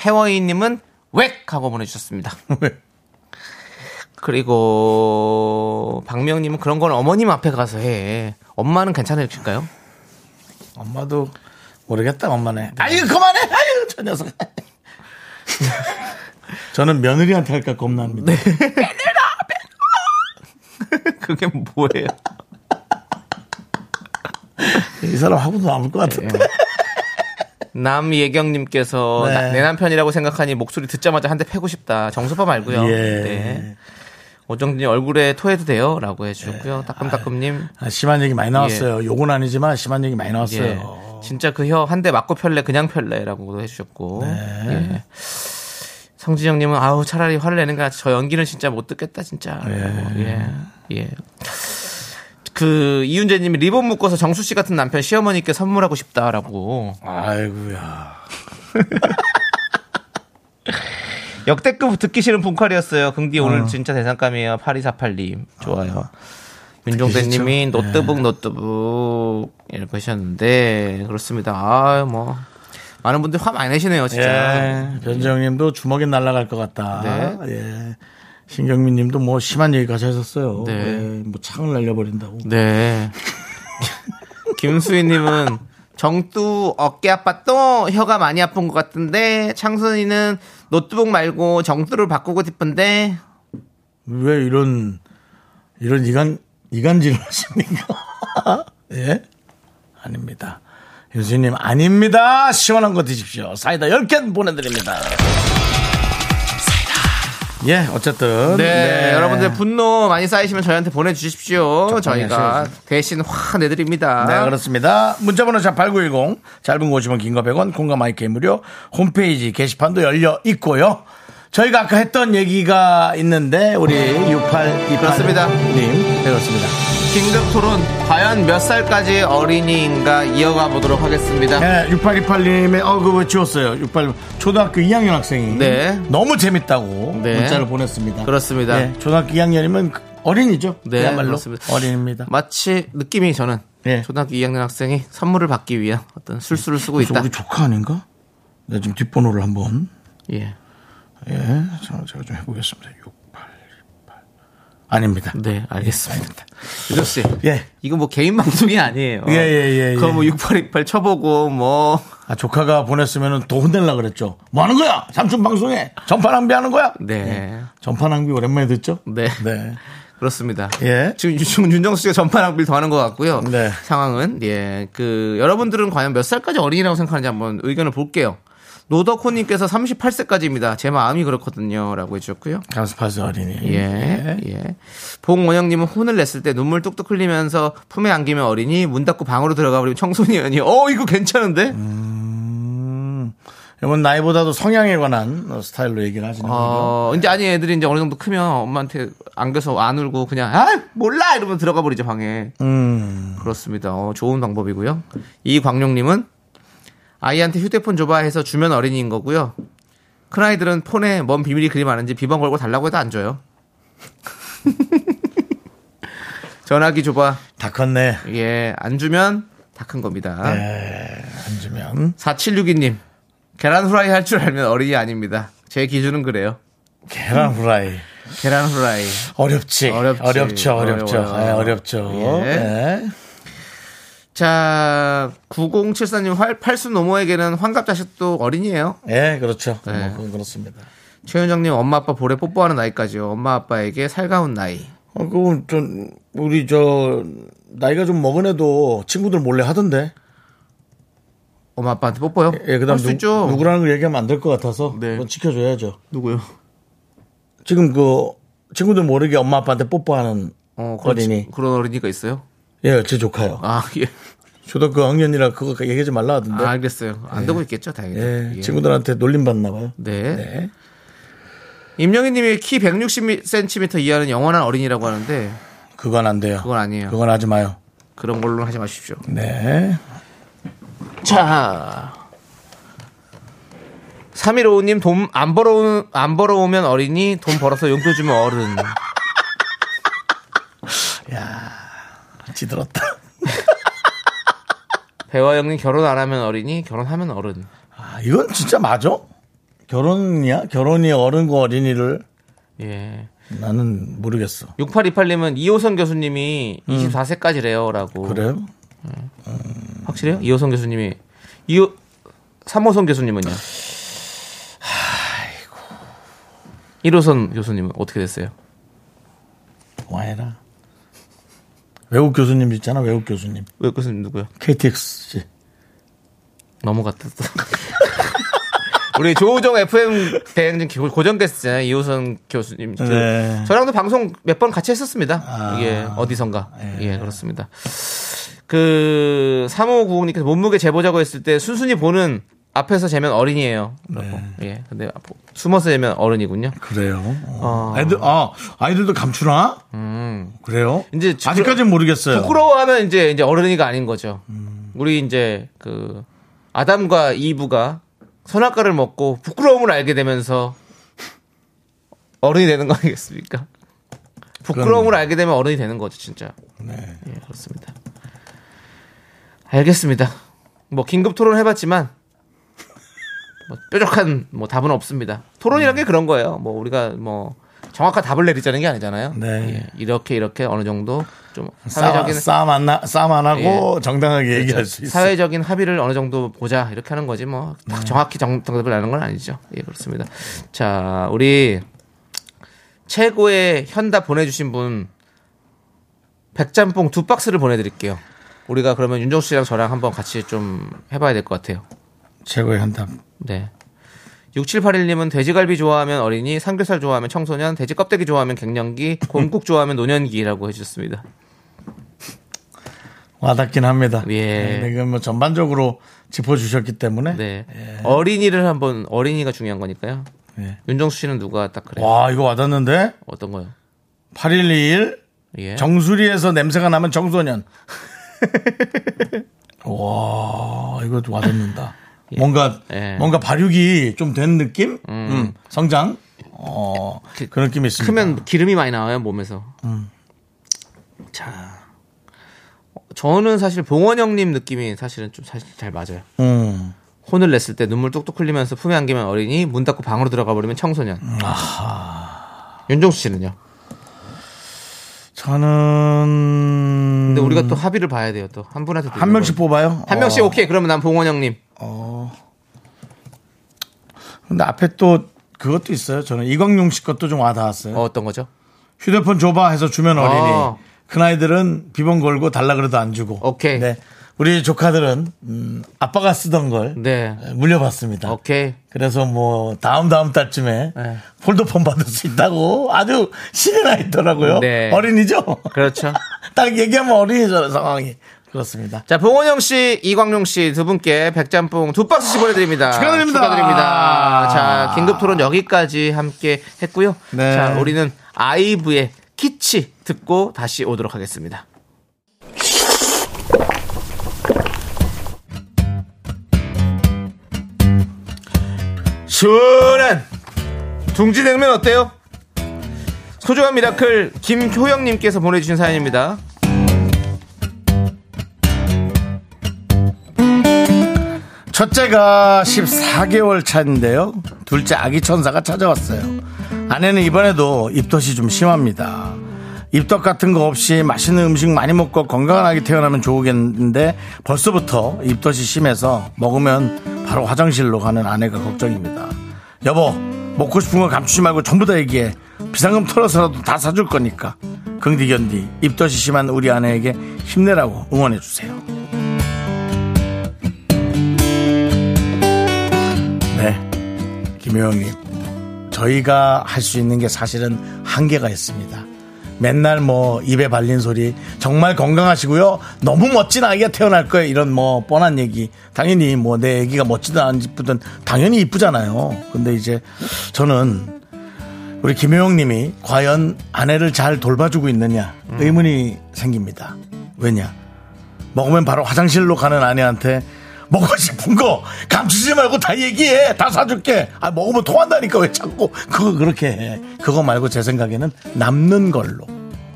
해워이님은 웩 하고 보내주셨습니다. [LAUGHS] 그리고 박명님은 그런 건 어머님 앞에 가서 해. 엄마는 괜찮으실까요? 엄마도 모르겠다 엄마네. 아유 그만해. 아유 저 녀석. [LAUGHS] 저는 며느리한테 할까 겁납니다. [LAUGHS] 그게 뭐예요? 이 사람 하고도 남을 것 같은데. 예. 남예경님께서 네. 나- 내 남편이라고 생각하니 목소리 듣자마자 한 대 패고 싶다. 정수파 말고요. 예. 네. 오정진이 얼굴에 토해도 돼요? 라고 해주셨고요. 따끔따끔님. 아, 심한 얘기 많이 나왔어요. 욕은 아니지만 심한 얘기 많이 예. 나왔어요. 진짜 그 혀 한 대 맞고 펼래 그냥 펼래라고도 해주셨고 예. 성진영님은 아우 차라리 화를 내는 거 저 연기는 진짜 못 듣겠다 진짜 예예 그 이윤재님이 리본 묶어서 정수 씨 같은 남편 시어머니께 선물하고 싶다라고 예. 아이고야. 역대급 듣기 싫은 분칼이었어요. 긍디 오늘 진짜 대상감이에요. 8248님. 좋아요. 윤종대님이 듣기 싫죠? 예. 노트북 노트북 이렇게 하셨는데 그렇습니다. 아 뭐 많은 분들 화 많이 내시네요 진짜. 예. 변재영님도 주먹이 날아갈 것 같다. 예. 신경민님도 뭐 심한 얘기까지 하셨어요. 네. 예, 뭐 창을 날려버린다고. 네. [LAUGHS] 김수희님은 정뚜 어깨 아팠도 혀가 많이 아픈 것 같은데 창순이는 노트북 말고 정뚜를 바꾸고 싶은데 왜 이런 이런 이간 이간질을 하십니까? [LAUGHS] 예? 아닙니다. 교수님 아닙니다. 시원한 거 드십시오. 사이다 10캔 보내드립니다. 예, 어쨌든. 네, 여러분들 분노 많이 쌓이시면 저희한테 보내주십시오. 저희가 하셔야죠. 대신 확 내드립니다. 네, 그렇습니다. 문자번호 샵8910, 짧은 거 50원, 긴거 100원, 공감 마이크 무료, 홈페이지 게시판도 열려 있고요. 저희가 아까 했던 얘기가 있는데, 우리 6828님. 네. 그렇습니다. 네, 그렇습니다. 긴급 토론 과연 몇 살까지 어린이인가 이어가 보도록 하겠습니다. 예, 6828님의 어 그거 왜 지웠어요? 68 초등학교 2학년 학생이 네. 너무 재밌다고 네. 문자를 보냈습니다. 그렇습니다. 예, 초등학교 2학년이면 그 어린이죠. 네, 그야말로 그렇습니다. 어린입니다. 마치 느낌이 저는 예. 초등학교 2학년 학생이 선물을 받기 위한 어떤 술수를 쓰고 그래서 있다. 우리 조카 아닌가? 내가 지금 뒷번호를 한번 예. 예, 저- 제가 좀 해보겠습니다. 6828 아닙니다. 네, 알겠습니다. 유정 씨. 예, 이거 뭐 개인 방송이 아니에요. 예, 예, 예, 그거 예. 뭐6828 쳐보고 뭐 아, 조카가 보냈으면 더 혼낼라 그랬죠. 뭐 하는 거야? 삼촌 방송에 전파 낭비하는 거야? 예. 네. 전파 낭비 오랜만에 듣죠? 네. 네. 그렇습니다. 예. 지금 윤- 윤정수 씨가 전파낭비를 더 하는 것 같고요. 네. 상황은 예. 그 여러분들은 과연 몇 살까지 어린이라고 생각하는지 한번 의견을 볼게요. 노덕호 님께서 38세까지입니다. 제 마음이 그렇거든요라고 해 주셨고요. 가스파스 어린이. 예. 예. 봉원영 님은 혼을 냈을 때 눈물 뚝뚝 흘리면서 품에 안기면 어린이 문 닫고 방으로 들어가 버리면 청소년이 어 이거 괜찮은데? 여러분 나이보다도 성향에 관한 어, 스타일로 얘기를 하시는 거죠. 어, 이제 아니 애들이 이제 어느 정도 크면 엄마한테 안겨서 안 울고 그냥 아 몰라 이러면 들어가 버리죠 방에. 그렇습니다. 어, 좋은 방법이고요. 이광룡님은 아이한테 휴대폰 줘봐 해서 주면 어린이인 거고요. 큰 아이들은 폰에 뭔 비밀이 그리 많은지 비번 걸고 달라고 해도 안 줘요. [LAUGHS] 전화기 줘봐. 다 컸네. 예, 안 주면 다 큰 겁니다. 네. 안 주면 4762님, 계란 후라이 할 줄 알면 어린이 아닙니다. 제 기준은 그래요. 계란 후라이 계란 후라이. 어렵지. 어렵지. 어렵죠. 어렵죠. 어려워요. 예, 어렵죠. 예. 예. 자, 9074님, 활, 팔순 노모에게는 환갑자식도 어린이에요. 예, 그렇죠. 네. 뭐 그건 그렇습니다. 최현정님, 엄마 아빠 볼에 뽀뽀하는 나이까지요. 엄마 아빠에게 살가운 나이. 어, 그건 좀 우리 저 나이가 좀 먹은 애도 친구들 몰래 하던데. 엄마 아빠한테 뽀뽀요? 예, 그다음 할수 누, 있죠. 누구라는 걸 얘기하면 안 될 것 같아서 네. 그건 지켜줘야죠. 누구요? 지금 그 친구들 모르게 엄마 아빠한테 뽀뽀하는 어, 그런, 어린이. 그런 어린이가 있어요? 예, 제 조카요. 아, 예. 초등학교 학년이라 그거 얘기하지 말라 하던데. 아, 알겠어요. 네. 안 되고 있겠죠, 다행히. 예, 친구들한테 놀림 받나 봐요. 네. 임영희 님이 키 160cm 이하는 영원한 어린이라고 하는데 그건 안 돼요. 그건 아니에요. 그건 하지 마요. 그런 걸로 하지 마십시오. 네. 자. 3155님 돈 안 벌어 안 벌어오면 어린이 돈 벌어서 용돈 주면 어른. 지들었다. 배화영님 결혼 안 하면 어린이 결혼하면 어른. 아, 이건 진짜 맞아? 결혼이야? 결혼이 어른과 어린이를 예. 나는 모르겠어. 6828님은 이호선 교수님이 24세까지래요라고. 그래요? 확실해요? 이호선 교수님이 이호 3호선 교수님은요? 아이고. 1호선 교수님은 어떻게 됐어요? 와해라. 외국 교수님 있잖아, 외국 교수님. 왜 교수님 누구요? KTX 씨. 넘어갔다. [LAUGHS] 우리 조우종 FM 대행진 기- 고정 게스트 이호선 교수님. 그 네. 아. 저랑도 방송 몇 번 같이 했었습니다. 이게 어디선가. 예, 그렇습니다. 그 3599님께서 몸무게 재보자고 했을 때 순순히 보는 앞에서 재면 어린이에요. 라고. 네. 예. 근데 앞- 숨어서 재면 어른이군요. 그래요. 어. 아. 애들, 아, 아이들도 감추나? 그래요? 이제 부끄러- 아직까지는 모르겠어요. 음. 음. 부끄러워하면 이제 이제 어른이가 아닌 거죠. 우리 이제 그 아담과 이브가 선악과를 먹고 부끄러움을 알게 되면서 어른이 되는 거 아니겠습니까? 부끄러움을 알게 되면 어른이 되는 거죠, 진짜. 네. 예, 그렇습니다. 알겠습니다. 뭐 긴급 토론 해봤지만 뭐 뾰족한 뭐 답은 없습니다. 토론이란 음. 게 그런 거예요. 뭐 우리가 뭐 정확한 답을 내리자는 게 아니잖아요. 네. 예, 이렇게 이렇게 어느 정도 좀 싸움, 사회적인 예. 그렇죠. 싸움 안, 나, 싸움 안 하고 정당하게 얘기할 수 있어요. 사회적인 합의를 어느 정도 보자 이렇게 하는 거지 뭐 딱 정확히 정- 정답을 아는 건 아니죠. 예 그렇습니다. 자 우리 최고의 현답 보내주신 분 백짬뽕 두 박스를 보내드릴게요. 우리가 그러면 윤정수 씨랑 저랑 한번 같이 좀 해봐야 될 것 같아요. 최고의 한답. 네. 6781님은 돼지갈비 좋아하면 어린이, 삼겹살 좋아하면 청소년, 돼지 껍데기 좋아하면 갱년기, 곰국 좋아하면 노년기라고 해주셨습니다. 와닿긴 합니다. 예. 네, 이건 뭐 전반적으로 짚어주셨기 때문에. 네. 어린이를 한번 어린이가 중요한 거니까요. 예. 윤정수 씨는 누가 딱 그래요? 와, 이거 와닿는데? 어떤 거요? 8121 예. 정수리에서 냄새가 나면 정소년. [LAUGHS] 와, 이거 와닿는다. 뭔가, 예. 뭔가 발육이 좀 된 느낌? 음, 성장? 어, 그- 그, 런 느낌이 있습니다. 크면 기름이 많이 나와요 몸에서. 음. 자, 저는 사실 봉원 형님 느낌이 사실은 좀 사실 잘 맞아요. 음. 혼을 냈을 때 눈물 뚝뚝 흘리면서 품에 안기면 어린이, 문 닫고 방으로 들어가 버리면 청소년. 음. 윤정수 씨는요? 저는. 근데 우리가 또 합의를 봐야 돼요. 또 한 분한테 음. 한 명씩 뽑아요. 한 명씩 어, 네. 오케이. 그러면 난 봉원 형님. 근데 앞에 또 그것도 있어요. 저는 이광용 씨 것도 좀 와닿았어요. 어, 어떤 거죠? 휴대폰 줘봐 해서 주면 어린이. 아. 큰아이들은 비번 걸고 달라 그래도 안 주고. 오케이. 네. 우리 조카들은, 음, 아빠가 쓰던 걸. 네. 물려봤습니다. 오케이. 그래서 뭐, 다음 다음 달쯤에 네. 폴더폰 받을 수 있다고 아주 신이 나 있더라고요. 네. 어린이죠? 그렇죠. [LAUGHS] 딱 얘기하면 어린이죠, 상황이. 그렇습니다. 자, 봉원 형 씨, 이광용 씨 두 분께 백짬뽕 두 박스씩 보내드립니다. 축하드립니다. 축하드립니다. 자, 긴급 토론 여기까지 함께 했고요. 네. 자, 우리는 아이브의 키치 듣고 다시 오도록 하겠습니다. 시원한 둥지냉면 어때요? 소중한 미라클 김효영님께서 보내주신 사연입니다. 첫째가 14개월 차인데요. 둘째 아기 천사가 찾아왔어요. 아내는 이번에도 입덧이 좀 심합니다. 입덧 같은 거 없이 맛있는 음식 많이 먹고 건강하게 태어나면 좋겠는데 벌써부터 입덧이 심해서 먹으면 바로 화장실로 가는 아내가 걱정입니다. 여보, 먹고 싶은 거 감추지 말고 전부 다 얘기해. 비상금 털어서라도 다 사줄 거니까. 긍디견디, 입덧이 심한 우리 아내에게 힘내라고 응원해주세요. 네. 김효영님. 저희가 할 수 있는 게 사실은 한계가 있습니다. 맨날 뭐 입에 발린 소리 정말 건강하시고요 너무 멋진 아기가 태어날 거예요 이런 뭐 뻔한 얘기 당연히 뭐 내 아기가 멋지든 안 이쁘든 당연히 이쁘잖아요 근데 이제 저는 우리 김효영님이 과연 아내를 잘 돌봐주고 있느냐 의문이 생깁니다 왜냐 먹으면 바로 화장실로 가는 아내한테 먹고 싶은 거 감추지 말고 다 얘기해 다 사줄게 아 먹으면 토한다니까 왜 자꾸 그거 그렇게 해 그거 말고 제 생각에는 남는 걸로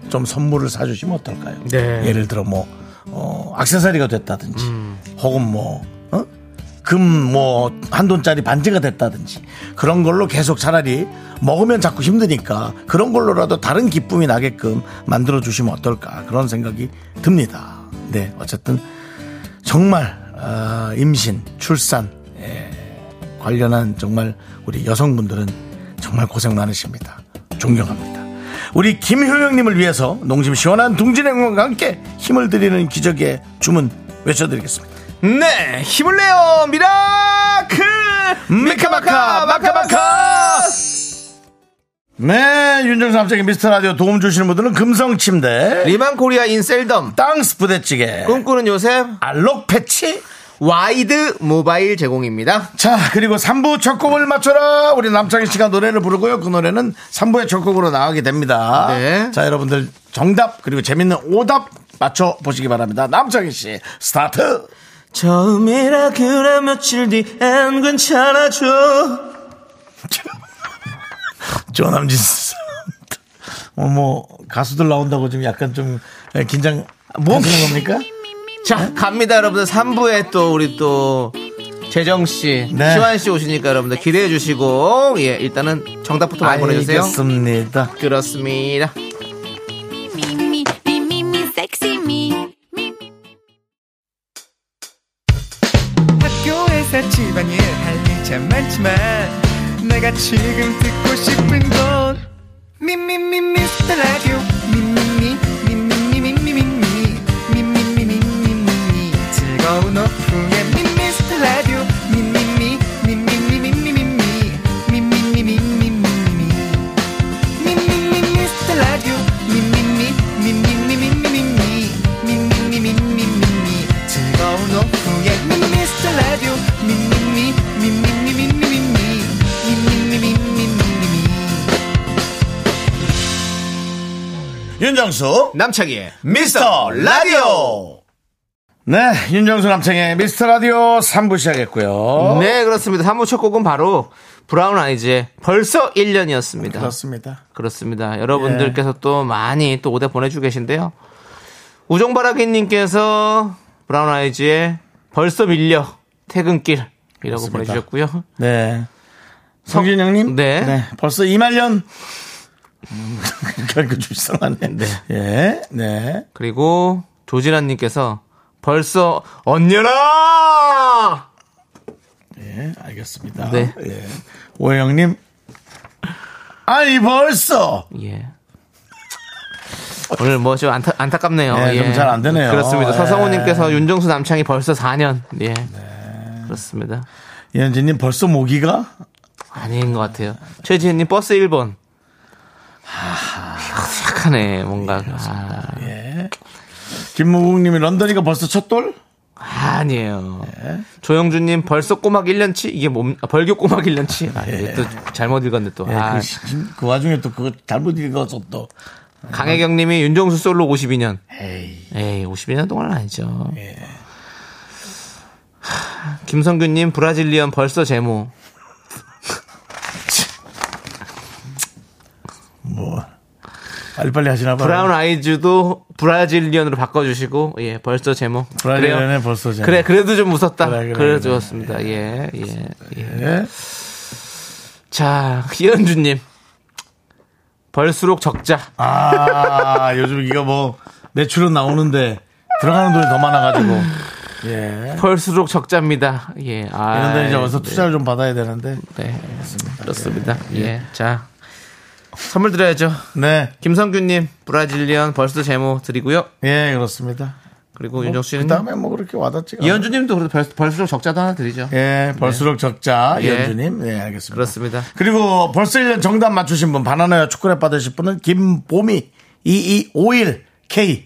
좀 선물을 사주시면 어떨까요 네. 예를 들어 뭐 어, 악세사리가 됐다든지 혹은 뭐 어? 금 뭐 한 돈짜리 반지가 됐다든지 그런 걸로 계속 차라리 먹으면 자꾸 힘드니까 그런 걸로라도 다른 기쁨이 나게끔 만들어 주시면 어떨까 그런 생각이 듭니다. 네 어쨌든 정말 아, 임신 출산 예, 관련한 정말 우리 여성분들은 정말 고생 많으십니다. 존경합니다. 우리 김효영님을 위해서 농심 시원한 둥지냉면과 함께 힘을 드리는 기적의 주문 외쳐드리겠습니다. 네, 힘을 내요, 미라클! 미카마카 마카마카 네, 윤정수 합작의 미스터 라디오 도움 주시는 분들은 금성 침대, 리만 코리아 인셀덤 땅스 부대찌개, 꿈꾸는 요셉 알록 패치. 와이드 모바일 제공입니다. 자, 그리고 3부 첫 곡을 맞춰라. 우리 남창희 씨가 노래를 부르고요. 그 노래는 3부의 첫 곡으로 나가게 됩니다. 네. 자, 여러분들 정답 그리고 재밌는 오답 맞춰 보시기 바랍니다. 남창희 씨 스타트. 처음이라 그래 며칠 뒤엔 괜찮아져. 조남진 씨. 어머 가수들 나온다고 좀 약간 좀 에, 긴장 뭐 하는 겁니까? 자 갑니다 여러분들 3부에 또 우리 또 재정 씨, 네. 시환 씨 오시니까 여러분들 기대해 주시고 예 일단은 정답부터 많이 보내주세요. 알겠습니다. 그렇습니다. 미미 미미미 섹시 미 학교에서 집안일 할 일 참 많지만 내가 지금 듣고 싶은 건 미미미 미스터 라디오 미미미 미미미 미미미 미미미 미미미 미미미 즐거운 오후에 미스터 라디오 미미미 미미미 미미미 미미미 미미미 미미미 윤정수 남창희의 미스터 라디오. 네, 윤정수 남창의 미스터 라디오 3부 시작했고요. 네 그렇습니다. 3부 첫 곡은 바로 브라운 아이즈의 벌써 1년이었습니다. 예. 그렇습니다. 그렇습니다. 여러분들께서 또 많이 또 오대 보내주고 계신데요. 우종바라기님께서 브라운 아이즈의 벌써 밀려 퇴근길이라고 보내주셨고요. 네. 성균형님? 네. 벌써 [LAUGHS] 이말년. 그러니까 좀 이상하네. 네. 예, 네. 그리고 조진아님께서 벌써 언녀라! 네, 알겠습니다. 네. 예. 오해영님? 아니, 벌써! 예. 오늘 뭐 좀 안타, 안타깝네요. 네, 예. 좀잘안 되네요. 그렇습니다. 예. 서성우님께서 윤정수 남창이 벌써 4년. 예. 그렇습니다. 이현진님 벌써 모기가? 아닌 것 같아요. 최지혜님 버스 1번. 이거 약하네 예, 뭔가. 아, 김무국님이 런던이가 벌써 첫 돌? 아니에요. 예. 조영준님 벌써 꼬막 1년치 이게 몸 아, 벌교 꼬막 1년치. 아, 이게 또 잘못 읽었네 또. 예, 아, 그, 시- 그 와중에 또 그거 잘못 읽어서 또. 강혜경님이 윤정수 솔로 52년. 에이. 예. 에이 52년 동안은 아니죠. 하, 김성균님 브라질리언 벌써 제모. 뭐. 빨리빨리 하시나 봐요. 브라운 아이즈도 브라질리언으로 바꿔주시고 예 벌써 제모. 브라질리언에 그래요. 벌써 제모. 그래 그래도 좀 웃었다. 그래, 그래, 그래, 그래. 좋았습니다. 예예 예. 예. 예. 자, 희연주님. 벌수록 적자. 아, [LAUGHS] 요즘 이거 뭐, 매출은 나오는데, 들어가는 돈이 더 [LAUGHS] 많아가지고. 예. 벌수록 적자입니다. 예. 아. 이런데 이제 와서 투자를 좀 받아야 되는데. 네. 그렇습니다. 예. 자. 선물 드려야죠. 네. 김성균님, 브라질리언 벌스 제모 드리고요. 예, 그렇습니다. 그리고 윤정 씨는. 그 다음에 뭐 그렇게 와닿지가. 않아요. 음. 이현주님도 그래도 벌, 벌수록 적자도 하나 드리죠. 예, 벌수록 적자. 예. 이현주님. 예, 알겠습니다. 그렇습니다. 그리고 벌써 1년 정답 맞추신 분, 바나나와 초콜릿 받으실 분은 김보미 2251K4631님.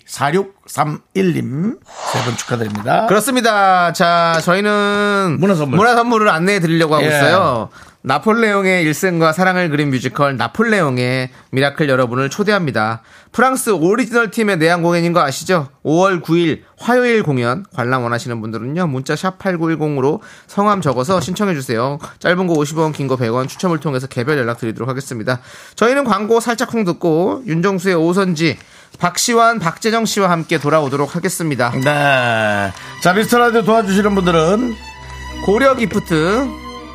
세 분 축하드립니다. 그렇습니다. 자, 저희는 문화 선물. 을 안내해 드리려고 하고 예. 있어요. 나폴레옹의 일생과 사랑을 그린 뮤지컬 나폴레옹의 미라클 여러분을 초대합니다. 프랑스 오리지널 팀의 내한 공연인 거 아시죠? 5월 9일 화요일 공연 관람 원하시는 분들은요. 문자 샵 8910으로 성함 적어서 신청해 주세요. 짧은 거 50원, 긴 거 100원 추첨을 통해서 개별 연락 드리도록 하겠습니다. 저희는 광고 살짝 콩 듣고 윤정수의 오선지 박시환, 박재정 씨와 함께 돌아오도록 하겠습니다. 네. 자, 미스터 라디오 도와주시는 분들은 고려 기프트,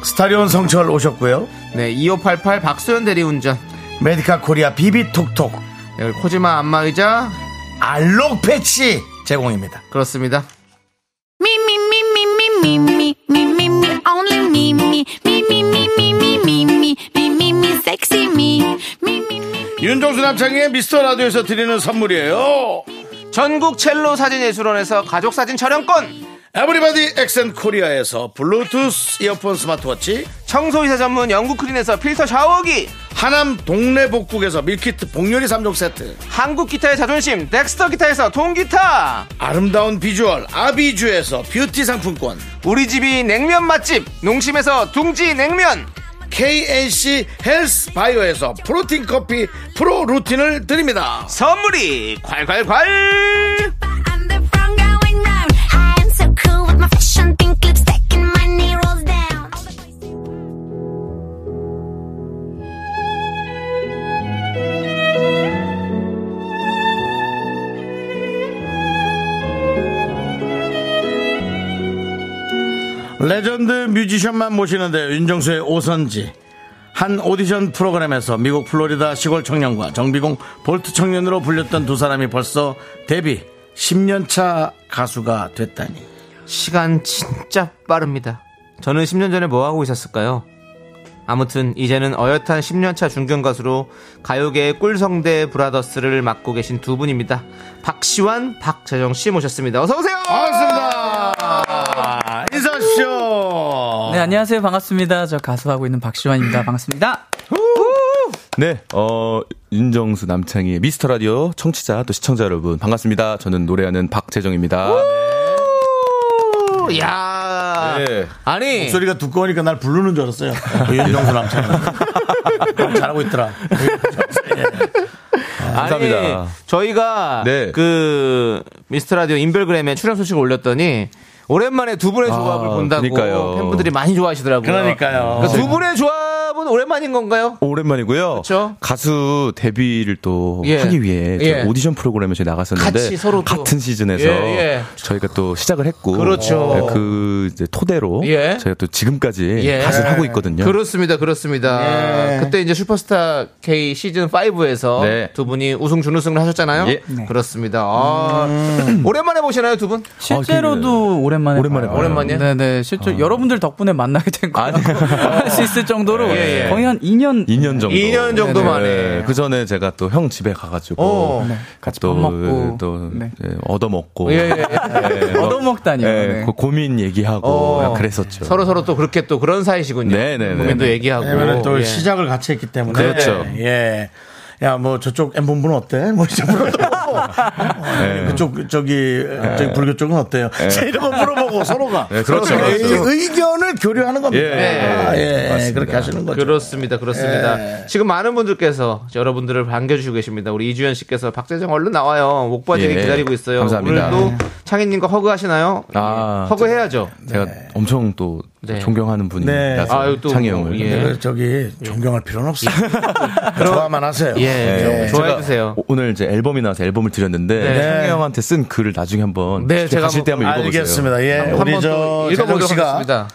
스타리온 성철 오셨고요. 네, 2588 박소연 대리운전, 메디카 코리아 비비톡톡 네, 그리고 코지마 안마의자, 알록 패치 제공입니다. 그렇습니다. 미미미미미미미미미미 only 미미미미미미미미미미미 섹시 미 윤종수 남창의 미스터 라디오에서 드리는 선물이에요. 전국 첼로 사진예술원에서 가족사진 촬영권! 에브리바디 엑센 코리아에서 블루투스 이어폰 스마트워치 청소이사 전문 영국 크린에서 필터 샤워기 하남 동네 복국에서 밀키트 복요리 3종 세트 한국 기타의 자존심 덱스터 기타에서 통기타 아름다운 비주얼 아비주에서 뷰티 상품권 우리 집이 냉면 맛집 농심에서 둥지 냉면 KNC 헬스 바이오에서 프로틴 커피 프로 루틴을 드립니다 선물이 콸콸콸 I'm the front going round. I am so cool with my fashion, pink lipstick, and my knee rolls down. 레전드 뮤지션만 모시는데 윤정수의 오선지 한 오디션 프로그램에서 미국 플로리다 시골 청년과 정비공 볼트 청년으로 불렸던 두 사람이 벌써 데뷔 10년차 가수가 됐다니 시간 진짜 빠릅니다. 저는 10년 전에 뭐 하고 있었을까요? 아무튼 이제는 어엿한 10년차 중견 가수로 가요계의 꿀성대 브라더스를 맡고 계신 두 분입니다. 박시환, 박재정 씨 모셨습니다. 어서 오세요. 반갑습니다 아, 인사하십시오 네, 안녕하세요. 반갑습니다. 저 가수하고 있는 박시환입니다. 반갑습니다. 네, 어, 윤정수 남창희의 미스터 라디오 청취자 또 시청자 여러분 반갑습니다. 저는 노래하는 박재정입니다. 오, 야. 네. 아니 목소리가 두꺼우니까 날 부르는 줄 알았어요 그 윤정수 남창이 잘하고 있더라 감사합니다. 아니, 저희가 네. 그 미스터 라디오 인별그램에 출연 소식을 올렸더니 오랜만에 두 분의 조합을 본다고 아, 그러니까요. 팬분들이 많이 좋아하시더라고요. 그러니까요. 그러니까 두 분의 조합은 오랜만인 건가요? 오랜만이고요. 그쵸? 가수 데뷔를 또 예. 하기 위해 저희 예. 오디션 프로그램에 저희 나갔었는데 같이 서로 또. 같은 시즌에서 예, 예. 저희가 또 시작을 했고 그렇죠. 네, 그 이제 토대로 예. 저희가 또 지금까지 예. 가수를 하고 있거든요. 그렇습니다, 그렇습니다. 예. 그때 이제 슈퍼스타 K 시즌 5에서 네. 두 분이 우승 준우승을 하셨잖아요. 예. 네. 그렇습니다. 아, 음. 오랜만에 보시나요, 두 분? 실제로도 오랜만에 오랜만에 봐요. 오랜만이야? 네네. 실제 로 여러분들 덕분에 만나게 된 거예요. [LAUGHS] 할 수 있을 정도로 예, 예. 거의 한 2년 2년 정도. 2년 정도 네네. 만에. 그 전에 제가 또 형 집에 가가지고 어. 같이 밥 먹고. 또 네. 예, 얻어먹고 예, 예, 예. 네, 얻어먹다니요. 예, 네. 그 고민 얘기하고 어. 그랬었죠. 서로 서로 또 그렇게 또 그런 사이시군요. 네네네. 고민도 얘기하고. 왜냐면 또 예. 시작을 같이 했기 때문에 그렇죠. 예. 야, 뭐 저쪽 엠본부는 어때? 뭐 이제 물어보고 네. 어, 그쪽 저기 저기 불교 쪽은 어때요? 이런 거 물어보고 서로가 네, 그렇죠, 서로 그렇죠. 의- 의견을 교류하는 겁니다. 예, 예, 아, 예, 맞습니다. 그렇게 하시는 거죠. 그렇습니다, 그렇습니다. 예. 지금 많은 분들께서 여러분들을 반겨주시고 계십니다. 우리 이주연 씨께서 박재정 얼른 나와요. 목바지를 예. 기다리고 있어요. 감사합니다. 오늘도 예. 창희님과 허그 하시나요? 아, 허그 해야죠. 제가 엄청 또 네. 존경하는 분이라서 아유, 또 창희 형을 예. 네, 저기 존경할 필요는 [LAUGHS] 없어요. 좋아만 하세요. 예, 예. 좋아해 주세요. 오- 오늘 이제 앨범이 나와서 앨범을 드렸는데 네. 창희 형한테 쓴 글을 나중에 한번 네, 네, 제가 제가 가실 때 한번 읽어보세요. 알겠습니다. 예, 우리 한번 저 또 재정 읽어보도록 씨가 하겠습니다.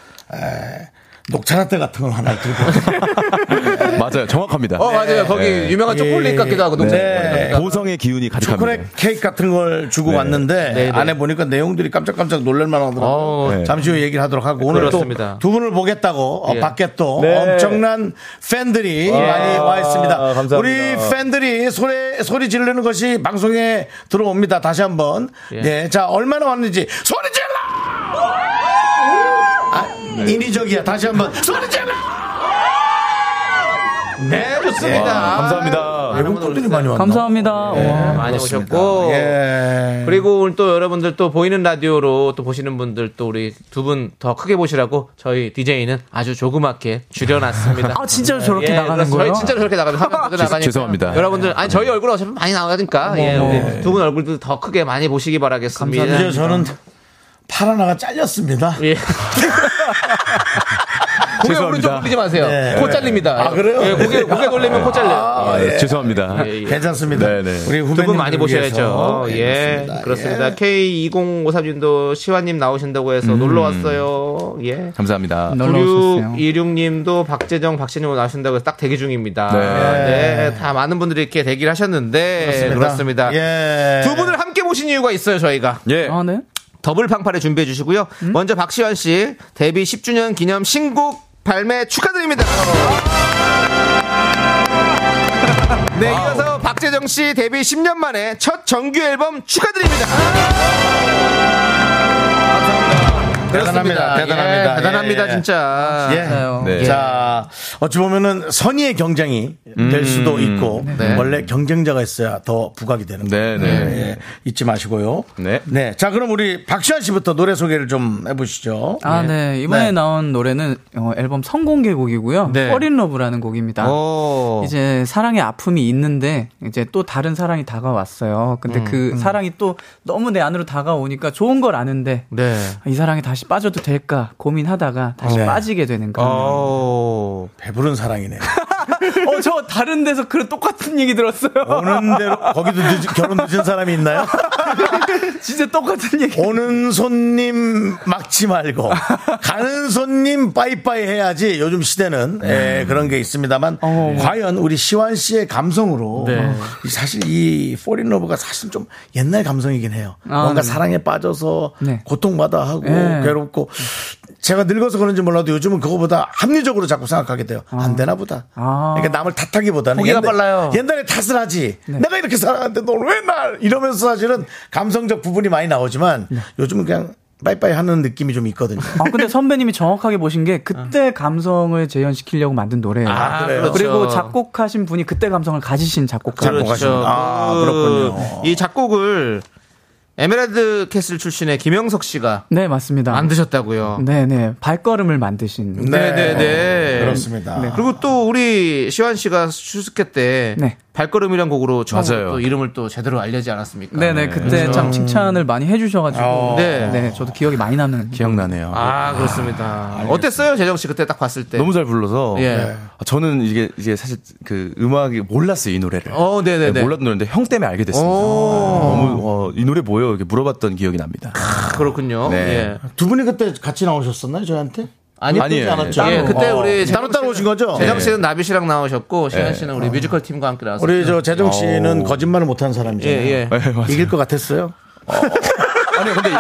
녹차라떼 같은 걸 하나 들고 맞아요, 정확합니다. 어 맞아요. 거기 예. 유명한 초콜릿 같기도 하고 농사. 네. 보성의 기운이 가득합니다. 초콜릿 케이크 같은 걸 주고 왔는데 안에 보니까 내용들이 깜짝깜짝 놀랄만 하더라고요. 어, 네. 잠시 후에 얘기를 하도록 하고 오늘 또 그렇습니다. 두 분을 보겠다고 어, 예. 밖에 또 엄청난 팬들이 많이 와 있습니다. 감사합니다. 우리 팬들이 소리 소리 지르는 것이 방송에 들어옵니다. 다시 한번 예. 자 얼마나 왔는지 소리 질러. 아, 인위적이야. 다시 한번 소리 질러. 네 좋습니다. 와, 아, 감사합니다. 외국 분들이 많이 왔나? 감사합니다. 와. 많이 그렇습니다. 오셨고. 예. 네. 그리고 오늘 또 여러분들 또 보이는 라디오로 또 보시는 분들 또 우리 두 분 더 크게 보시라고 저희 DJ는 아주 조그맣게 줄여놨습니다. 아, 진짜로 저렇게 예, 나가는 그래서 거예요? 저희 진짜로 저렇게 나가는 화면도 죄송- 나가니까 죄송합니다. 네. 여러분들 아니 저희 얼굴 어차피 많이 나가니까 예, 우리 두 분 얼굴도 더 크게 많이 보시기 바라겠습니다. 이제 저는 팔 하나가 잘렸습니다. 예. 고개 죄송합니다. 오른쪽 돌리지 마세요. 예. 코 잘립니다. 아, 그래요? 예, 고개 고개 돌리면 코 잘려. 아, 예, 죄송합니다. 예, 예. 괜찮습니다. 네네. 우리 후배님 두 분 많이 보셔야죠. 네, 예, 그렇습니다. K2053님도 시화님 나오신다고 음. 해서 놀러 왔어요. 예. 감사합니다. 놀러 오셨어요. 9626님도 박재정, 박신영 나오신다고 해서 딱 대기 중입니다. 네. 네. 다 많은 분들이 이렇게 대기를 하셨는데. 네, 그렇습니다. 예. 두 분을 함께 모신 이유가 있어요, 저희가. 예. 아, 네. 더블 팡파를 준비해 주시고요. 먼저 박시환 씨, 데뷔 10주년 기념 신곡 발매 축하드립니다. 네, 이어서 박재정 씨 데뷔 10년 만에 첫 정규 앨범 축하드립니다. 대단합니다. 그렇습니다. 대단합니다. 예, 대단합니다, 예. 진짜. 예. 네. 자, 어찌 보면은 선의의 경쟁이 될 수도 있고 음. 네. 원래 경쟁자가 있어야 더 부각이 되는 거예요. 네, 네. 예, 잊지 마시고요. 네. 자, 그럼 우리 박시환 씨부터 노래 소개를 좀 해보시죠. 아, 네. 이번에 나온 노래는 어, 앨범 선공개 곡이고요. 네. 어. Fall in Love라는 곡입니다. 오. 이제 사랑의 아픔이 있는데 이제 또 다른 사랑이 다가왔어요. 근데 그 사랑이 또 너무 내 안으로 다가오니까 좋은 걸 아는데 네. 이 사랑에 다시 빠져도 될까 고민하다가 다시 네. 빠지게 되는 그런. 어, 오. 배부른 사랑이네. 저 다른 데서 그런 똑같은 얘기 들었어요. 오는 대로 거기도 늦은- 결혼 늦은 사람이 있나요? [LAUGHS] 진짜 똑같은 [LAUGHS] 얘기. 오는 손님 막지 말고 가는 손님 빠이빠이 해야지 요즘 시대는 예, 그런 게 있습니다만 과연 우리 시완 씨의 감성으로 사실 이 포린 러브가 사실 좀 옛날 감성이긴 해요. 아, 뭔가 네. 사랑에 빠져서 네. 고통받아 하고 네. 괴롭고 제가 늙어서 그런지 몰라도 요즘은 그거보다 합리적으로 자꾸 생각하게 돼요. 안 되나 보다. 아. 그러니까 남을 탓하기보다는 고개가 빨라요. 옛날에 탓을 하지. 네. 내가 이렇게 살아가는데 넌 왜 날 이러면서 사실은 감성적 부분이 많이 나오지만 네. 요즘은 그냥 빠이빠이 하는 느낌이 좀 있거든요. 아 근데 선배님이 정확하게 보신 게 그때 감성을 재현시키려고 만든 노래예요. 아, 그래요? 어. 그리고 그렇죠. 작곡하신 분이 그때 감성을 가지신 작곡가. 작곡. 그렇죠. 작곡하시는- 아, 그렇군요. 음. 이 작곡을 에메랄드 캐슬 출신의 김영석 씨가 네 맞습니다. 만드셨다고요. 네네 발걸음을 만드신. 네, 네, 네. 그렇습니다. 그리고 또 우리 시환 씨가 추스케 때 네. 발걸음이란 곡으로 저 맞아요. 또 이름을 또 제대로 알려지 않았습니까? 네네 그때 참 칭찬을 많이 해주셔가지고 네. 네. 저도 기억이 많이 남는 기억나네요. 아 그렇습니다. 어땠어요 재정 씨 그때 딱 봤을 때? 너무 잘 불러서 예. 네. 저는 이게 이게 사실 그 음악이 몰랐어요 이 노래를. 어, 네네네. 네, 몰랐던 노래인데 형 때문에 알게 됐습니다. 너무 어, 이 노래 뭐예요? 이렇게 물어봤던 기억이 납니다. 아, 그렇군요. 네. 예. 두 분이 그때 같이 나오셨었나요, 저한테? 아니, 아니에요. 예, 따로. 그때 어. 우리 따로 따로 오신 거죠? 재정 예. 씨는 나비 씨랑 나오셨고 시환 예. 씨는 우리 뮤지컬 팀과 함께 나왔어요. 우리 저 재정 씨는 어. 거짓말을 못하는 사람이잖아요. 예, 예. 네, 맞아요. 이길 것 같았어요? 아니 근데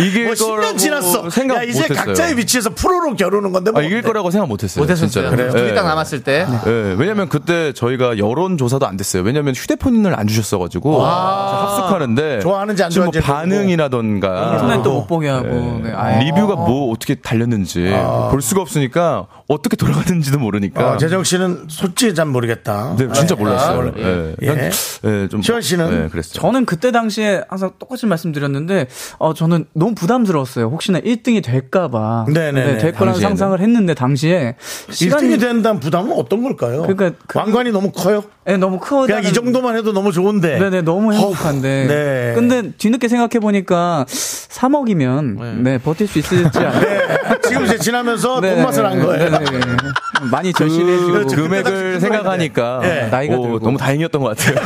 이길 뭐 10년 거라고 지났어. 생각 야, 이제 못했어요. 각자의 위치에서 프로로 겨루는 건데 뭐 아, 이길 어때? 거라고 생각 못했어요. 못했었어요. 진짜로. 네, 그래요. 예. 둘이 딱 남았을 때. 예, 왜냐면 그때 저희가 여론 조사도 안 됐어요. 왜냐면 휴대폰을 안 주셨어가지고 합숙하는데 좋아하는지 안 지금 뭐 좋아하는지 아, 그렇죠. 반응이라던가 인터넷도 못 보게 하고 네. 아예. 리뷰가 뭐 어떻게 달렸는지 볼 수가 없으니까 어떻게 돌아가는지도 모르니까 어, 재정 씨는 솔직히 잘 모르겠다. 네, 진짜 몰랐어요. 예. 예. 예. 예, 좀 시원 씨는? 예, 그랬어요. 저는 그때 당시에 항상 똑같이 말씀드렸는데 어 저는 너무 부담스러웠어요. 혹시나 1등이 될까봐 네네네. 될 거라는 당시에는. 상상을 했는데 당시에 시간이 1등이 된다는 부담은 어떤 걸까요? 그러니까 그- 왕관이 너무 커요? 네, 너무 크고 그냥 이 정도만 해도 너무 좋은데. 네네 너무 행복한데 허우, 네. 근데 뒤늦게 생각해 보니까 3억이면 네. 버틸 수 [LAUGHS] 있을지 않을까. 네. 지금 이제 지나면서 [LAUGHS] 네, 돈 맛을 안 아, 거예요. 네, 네, 네. 많이 절실해지고 그 그때 당시 금액을 충분한데. 생각하니까 예. 네. 나이가 오, 들고. 너무 다행이었던 것 같아요.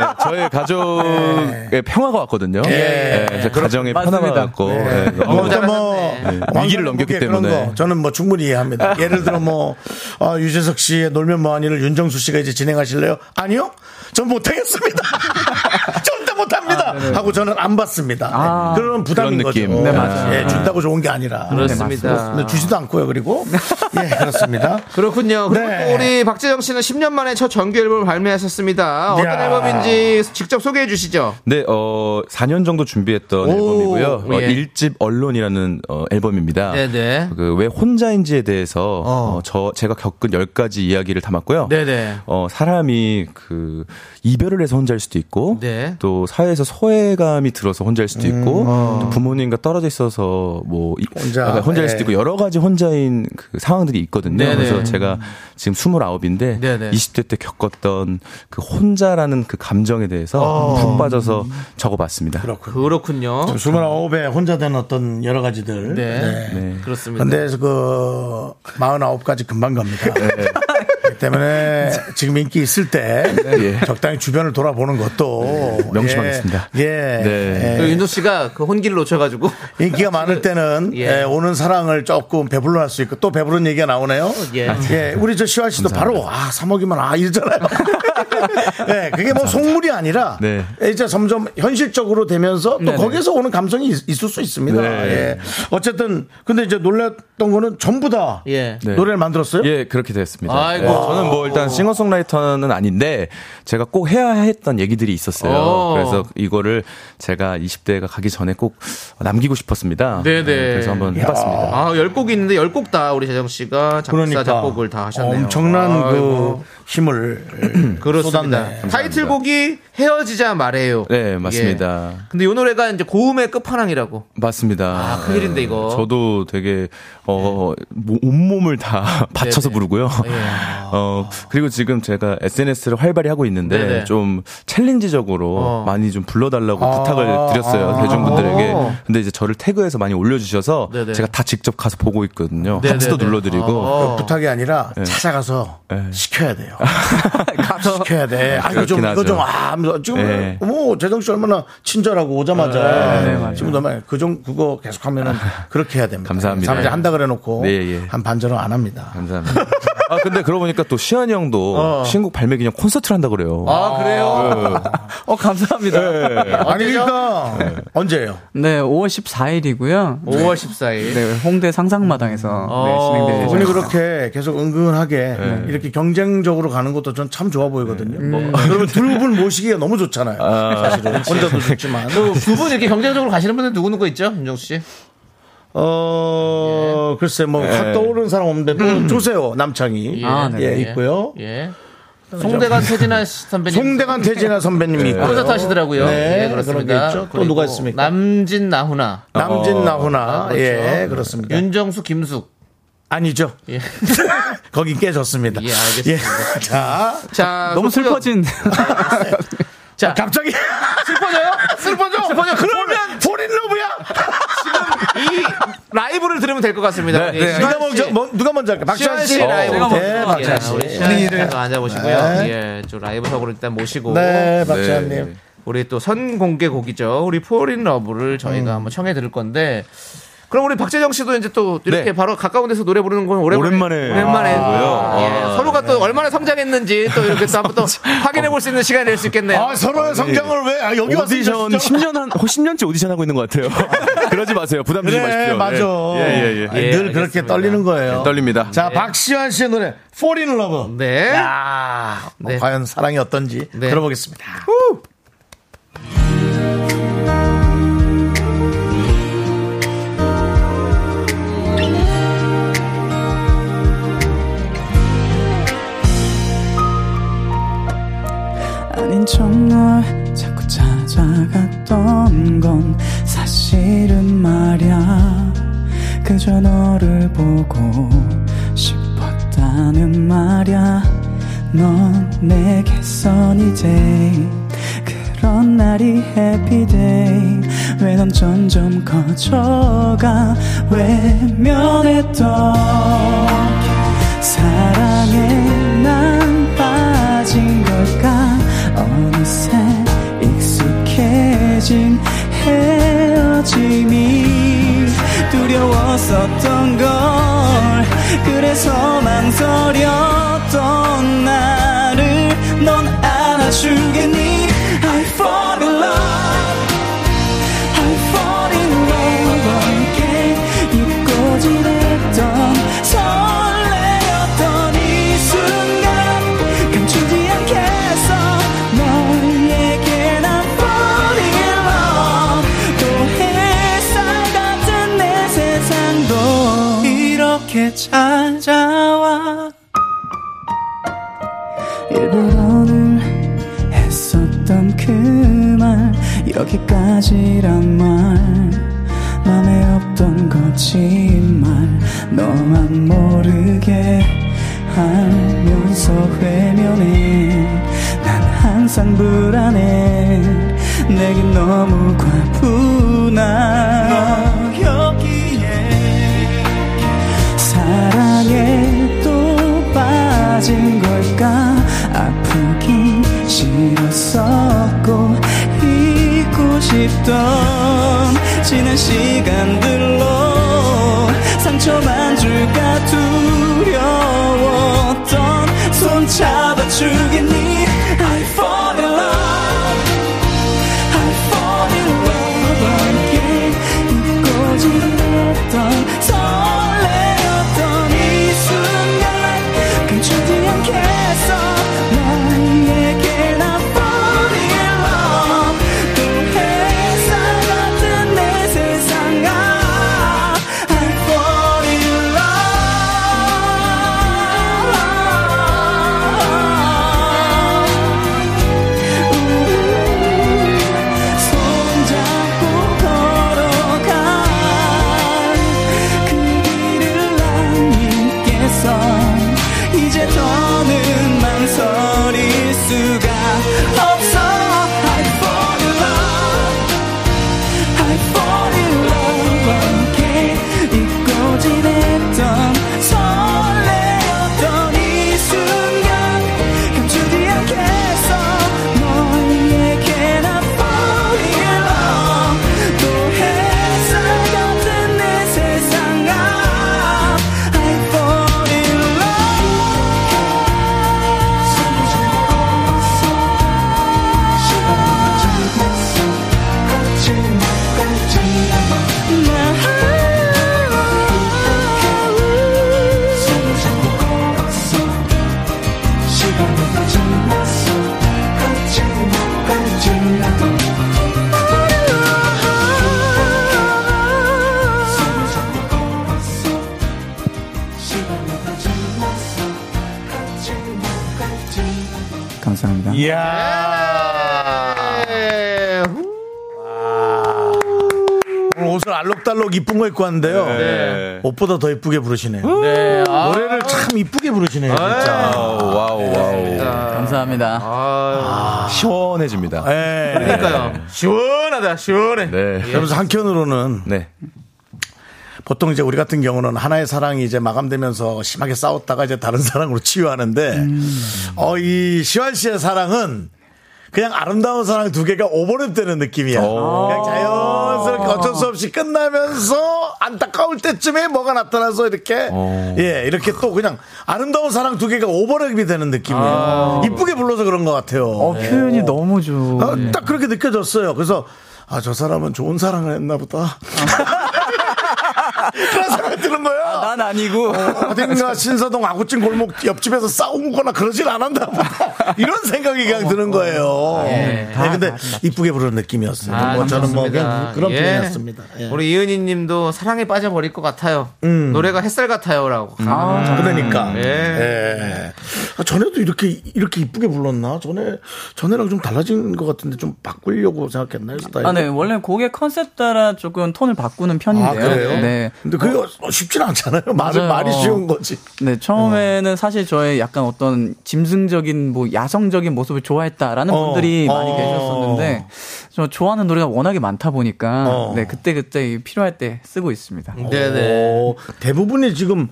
예, 저의 가족의 평화가 왔거든요. 예. 예, 이제 가정의 맞습니다. 네. 편안함 왔고 예, 너무 네. 뭐, 일단 뭐 왕관 위기를 넘겼기 무게 그런 때문에. 거 저는 뭐 충분히 이해합니다. 예를 들어 뭐 어, 유재석 씨의 놀면 뭐하니를 윤정수 씨가 이제 진행하실래요? 아니요, 전 못하겠습니다. [LAUGHS] 절대 못합니다. 하고 저는 안 받습니다. 아. 네, 그런 부담인 그런 느낌. 거죠. 네, 맞아요. 예, 준다고 좋은 게 아니라 그렇습니다. 네, 주지도 않고요. 그리고 예 그렇습니다. 그렇군요. 그리고 네. 또 우리 박재정 씨는 10년 만에 첫 정규 앨범을 발매하셨습니다. 어떤 이야. 앨범인지 직접 소개해 주시죠. 네, 어, 4년 정도 준비했던 오, 앨범이고요. 어, 예. 1집 언론이라는 어, 앨범입니다. 네네. 그 왜 혼자인지에 대해서 어. 어, 저 제가 겪은 10가지 이야기를 담았고요. 네네. 어, 사람이 그 이별을 해서 혼자일 수도 있고 네. 음, 또 사회에서 소외감이 들어서 혼자일 수도 있고 또 부모님과 떨어져 있어서 뭐 이- 혼자, 약간 혼자일 수도 예. 있고 여러 가지 혼자인 그 상황들이 있거든요. 네. 네네. 그래서 제가 지금 29인데 네네. 20대 때 겪었던 그 혼자라는 그 감정에 대해서 어. 푹 빠져서 적어봤습니다. 그렇군요. 29에 혼자 된 어떤 여러 가지들. 네. 네. 그렇습니다. 근데 그 49까지 금방 갑니다. 네. 그렇기 때문에 지금 인기 있을 때 예. 네. 적당히 주변을 돌아보는 것도 명심하겠습니다. 예. 예. 네. 그 윤도 씨가 그 혼기를 놓쳐가지고 예. 인기가 많을 때는 예. 예, 오는 사랑을 조금 배불러 할 수 있고 또 배부른 얘기가 나오네요. 예. [LAUGHS] 우리 저 시환 씨도 바로 아 3억이면 아 이러잖아요. 네, 그게 뭐 속물이 아니라 예, 네. 이제 점점 현실적으로 되면서 또 네네. 거기에서 오는 감성이 있, 을수 있습니다. 네. 예. 어쨌든 근데 이제 놀랐던 거는 전부 다 예. 네. 노래를 만들었어요. 예, 그렇게 됐습니다. 아이고. 어. 예, 저는 뭐 일단 싱어송라이터는 아닌데 제가 꼭 해야 했던 얘기들이 있었어요. 어. 그래서 이거를 제가 20대가 가기 전에 꼭 남기고 싶었습니다. 네네. 예, 그래서 한번 해봤습니다. 아, 열 곡이 있는데 열 곡 다 우리 재정 씨가 작사 작곡을 다 하셨네요. 그러니까 엄청난 그 아이고. 힘을 음. 그렇습니다. 쏟았네. 타이틀곡이 헤어지자 말해요. 네, 예. 맞습니다. 근데 이 노래가 이제 고음의 끝판왕이라고. 맞습니다. 아, 큰일인데, 이거. 예, 저도 되게 어 모- 온몸을 다 [LAUGHS] 바쳐서 네네. 부르고요. 예. [LAUGHS] 어 그리고 지금 제가 SNS를 활발히 하고 있는데 네네. 좀 챌린지적으로 어. 아. 많이 좀 불러달라고 부탁을 드렸어요 대중분들에게. 근데 이제 저를 태그해서 많이 올려주셔서 네네. 제가 다 직접 가서 보고 있거든요. 네네네. 아. 같이도 눌러드리고. 어. 그 부탁이 아니라 예. 찾아가서 네. 시켜야 [LAUGHS] 돼요. 시켜야 돼. 아, 이거 좀, 그렇긴 이거 좀, 하죠. 아, 하면서 지금, 네. 어머, 재정씨 얼마나 친절하고 예, 오자마자. 지금도 아마 그 좀, 그거 [LAUGHS] 계속하면은 그렇게 해야 됩니다. 감사합니다. 사람들이 한다 그래 놓고. 네, 예. 한 반절은 안 합니다. 감사합니다. 아 근데 그러고 보니까 또 시안이 형도 신곡 발매 기념 콘서트를 한다 그래요. 어. 아, 네. 그래요? [LAUGHS] 어, 감사합니다. 네, 아니, 그러니까. 언제예요? 네, 5월 14일이고요. 5월 14일. 네, 홍대 상상마당에서 어. 네, 진행될 오늘 예정입니다. 그렇게 계속 은근하게 예. 이렇게 경쟁적으로 가는 것도 전 참 좋아 보이거든요. 음. 그러면 두 분 모시기가 너무 좋잖아요. 사실은. 혼자도 그렇죠. 좋지만. 뭐, 그 두분 이렇게 경쟁적으로 가시는 분들 누구누구 있죠? 윤정수 씨? 어, 예. 글쎄, 뭐, 확 떠오르는 사람 없는데, 또 조세호, 남창희. 아, 예, 네. 있고요. 음. 예. [LAUGHS] 송대관 태진아 씨 선배님. 그렇죠. 송대관 태진아 선배님이 있고. 예. 콘서트 하시더라고요. 네, 예, 그런 게 그렇습니다. 있죠. 또 그리고 누가 있습니까? 남진 나훈아. 남진 나훈아. 그렇죠. 예, 그렇습니다. 윤정수 김숙. 아니죠. 예. [LAUGHS] 거긴 깨졌습니다. 예, 알겠습니다. 예. [LAUGHS] 자, 자, 너무 그렇고요. 슬퍼진. 자, 갑자기 [LAUGHS] 슬퍼져요? 슬퍼져? 슬퍼져? 그러면 포린러브야? 이 라이브를 들으면 될 것 같습니다. 예, 시환 누가 먼저, 씨. 뭐, 누가 먼저 할까? 박찬 시환 씨. 씨 라이브 네, 박찬 예, 씨. 우리 시환 네. 씨가 앉아보시고요. 네. 예, 저 라이브석으로 일단 모시고 네, 박찬님. 우리 또 선공개곡이죠. 우리 포린 러브를 음. 저희가 한번 청해 들을 건데. 그럼 우리 박재정 씨도 이제 또 이렇게 네. 바로 가까운 데서 노래 부르는 건 오랜만에 오랜만에 오랜만에 아, 예, 아, 서로가 네. 또 얼마나 성장했는지 또 이렇게 또 [LAUGHS] 한번 또 확인해 볼 수 있는 시간 낼 수 있겠네요. 아, 서로의 성장을 왜, 아, 여기 와서 오디션 진짜- 10년 한 어, 10년째 오디션 하고 있는 것 같아요. [LAUGHS] 그러지 마세요. 부담 주지 그래, 마십시오. 네, 맞아. 예, 예, 예. 아니, 늘 예, 그렇게 알겠습니다. 떨리는 거예요. 떨립니다. 자, 박시환 씨의 노래, Fall in Love. 네. 야, 뭐 네. 과연 사랑이 어떤지 네. 들어보겠습니다. 아닌 척 널 자꾸 찾아갔던 건 사실은 말야 그저 너를 보고 싶었다는 말야 넌 내 개선이 돼 그런 날이 해피데이 왜 넌 점점 커져가 외면했던 사랑에 난 빠진 걸까 어느새 익숙해진 헤어짐이 두려웠었던 걸 그래서 망설였던 나를 넌 안아주겠니 I fall in love I'm falling over again 잊고지했던 설레었던 이 순간 감추지 않겠어 너에게 난 falling in love 또 햇살 같은 내 세상도 이렇게 찾아와 일부러는 했었던 그 말 여기까지란 말 맘에 없던 거짓말 너만 모르게 알면서 외면해 난 항상 불안해 내겐 너무 과분한 여기에 사랑에 또 빠진 걸까 아프기 싫었었고 잊고 싶던 지난 시간들로 상처만 줄까 두려웠던 손 잡아주겠니 이야. 예. 후. 오늘 옷을 알록달록 이쁜 거 입고 왔는데요. 네. 옷보다 더 이쁘게 부르시네요. 아. 노래를 참 이쁘게 부르시네요, 진짜. 와우, 와우, 네, 와우. 감사합니다. 시원해집니다. 예. 그러니까요. 시원하다, 시원해. 네. 그러면서 한켠으로는 네. 보통 이제 우리 같은 경우는 하나의 사랑이 이제 마감되면서 심하게 싸웠다가 이제 다른 [LAUGHS] 사랑으로 치유하는데 어, 이 시환 씨의 사랑은 그냥 아름다운 사랑 두 개가 오버랩 되는 느낌이야. 오. 그냥 자연스럽게 어쩔 수 없이 끝나면서 안타까울 때쯤에 뭐가 나타나서 이렇게 오. 예, 이렇게 또 그냥 아름다운 사랑 두 개가 오버랩이 되는 느낌이에요. 이쁘게 불러서 그런 것 같아요. 어, 표현이 너무 좋. 아, 딱 그렇게 느껴졌어요. 그래서 아 저 사람은 좋은 사랑을 했나 보다. [LAUGHS] 그런 생각이 드는 거야. 난 아니고. 어딘가 신사동 아구찜 골목 옆집에서 싸우거나 그러질 않았나 보다. 이런 생각이 그냥 드는 거예요. 예. 다 근데 이쁘게 부르는 느낌이었어요. 뭐 저는 뭐 그냥 그런 표현이었습니다. 예. 아, 음. 우리 이은희 님도 사랑에 빠져버릴 것 같아요. 노래가 햇살 같아요. 라고. 그러니까. 예. 예. 아, 전에도 이렇게 이렇게 이쁘게 불렀나? 전에 전에랑 좀 달라진 것 같은데 좀 바꾸려고 생각했나요? 스타일? 아, 네. 원래 곡의 컨셉 따라 조금 톤을 바꾸는 아, 편인데요. 그래요? 네. 근데 그게 어, 쉽진 않잖아요. 말은 맞아요. 말이 쉬운 거지. 네, 처음에는 사실 저의 약간 어떤 짐승적인 뭐 야성적인 모습을 좋아했다라는 어, 분들이 많이 어. 계셨었는데 저 좋아하는 노래가 워낙에 많다 보니까 어. 네, 그때 그때 필요할 때 쓰고 있습니다. 네네. 어, 대부분이 지금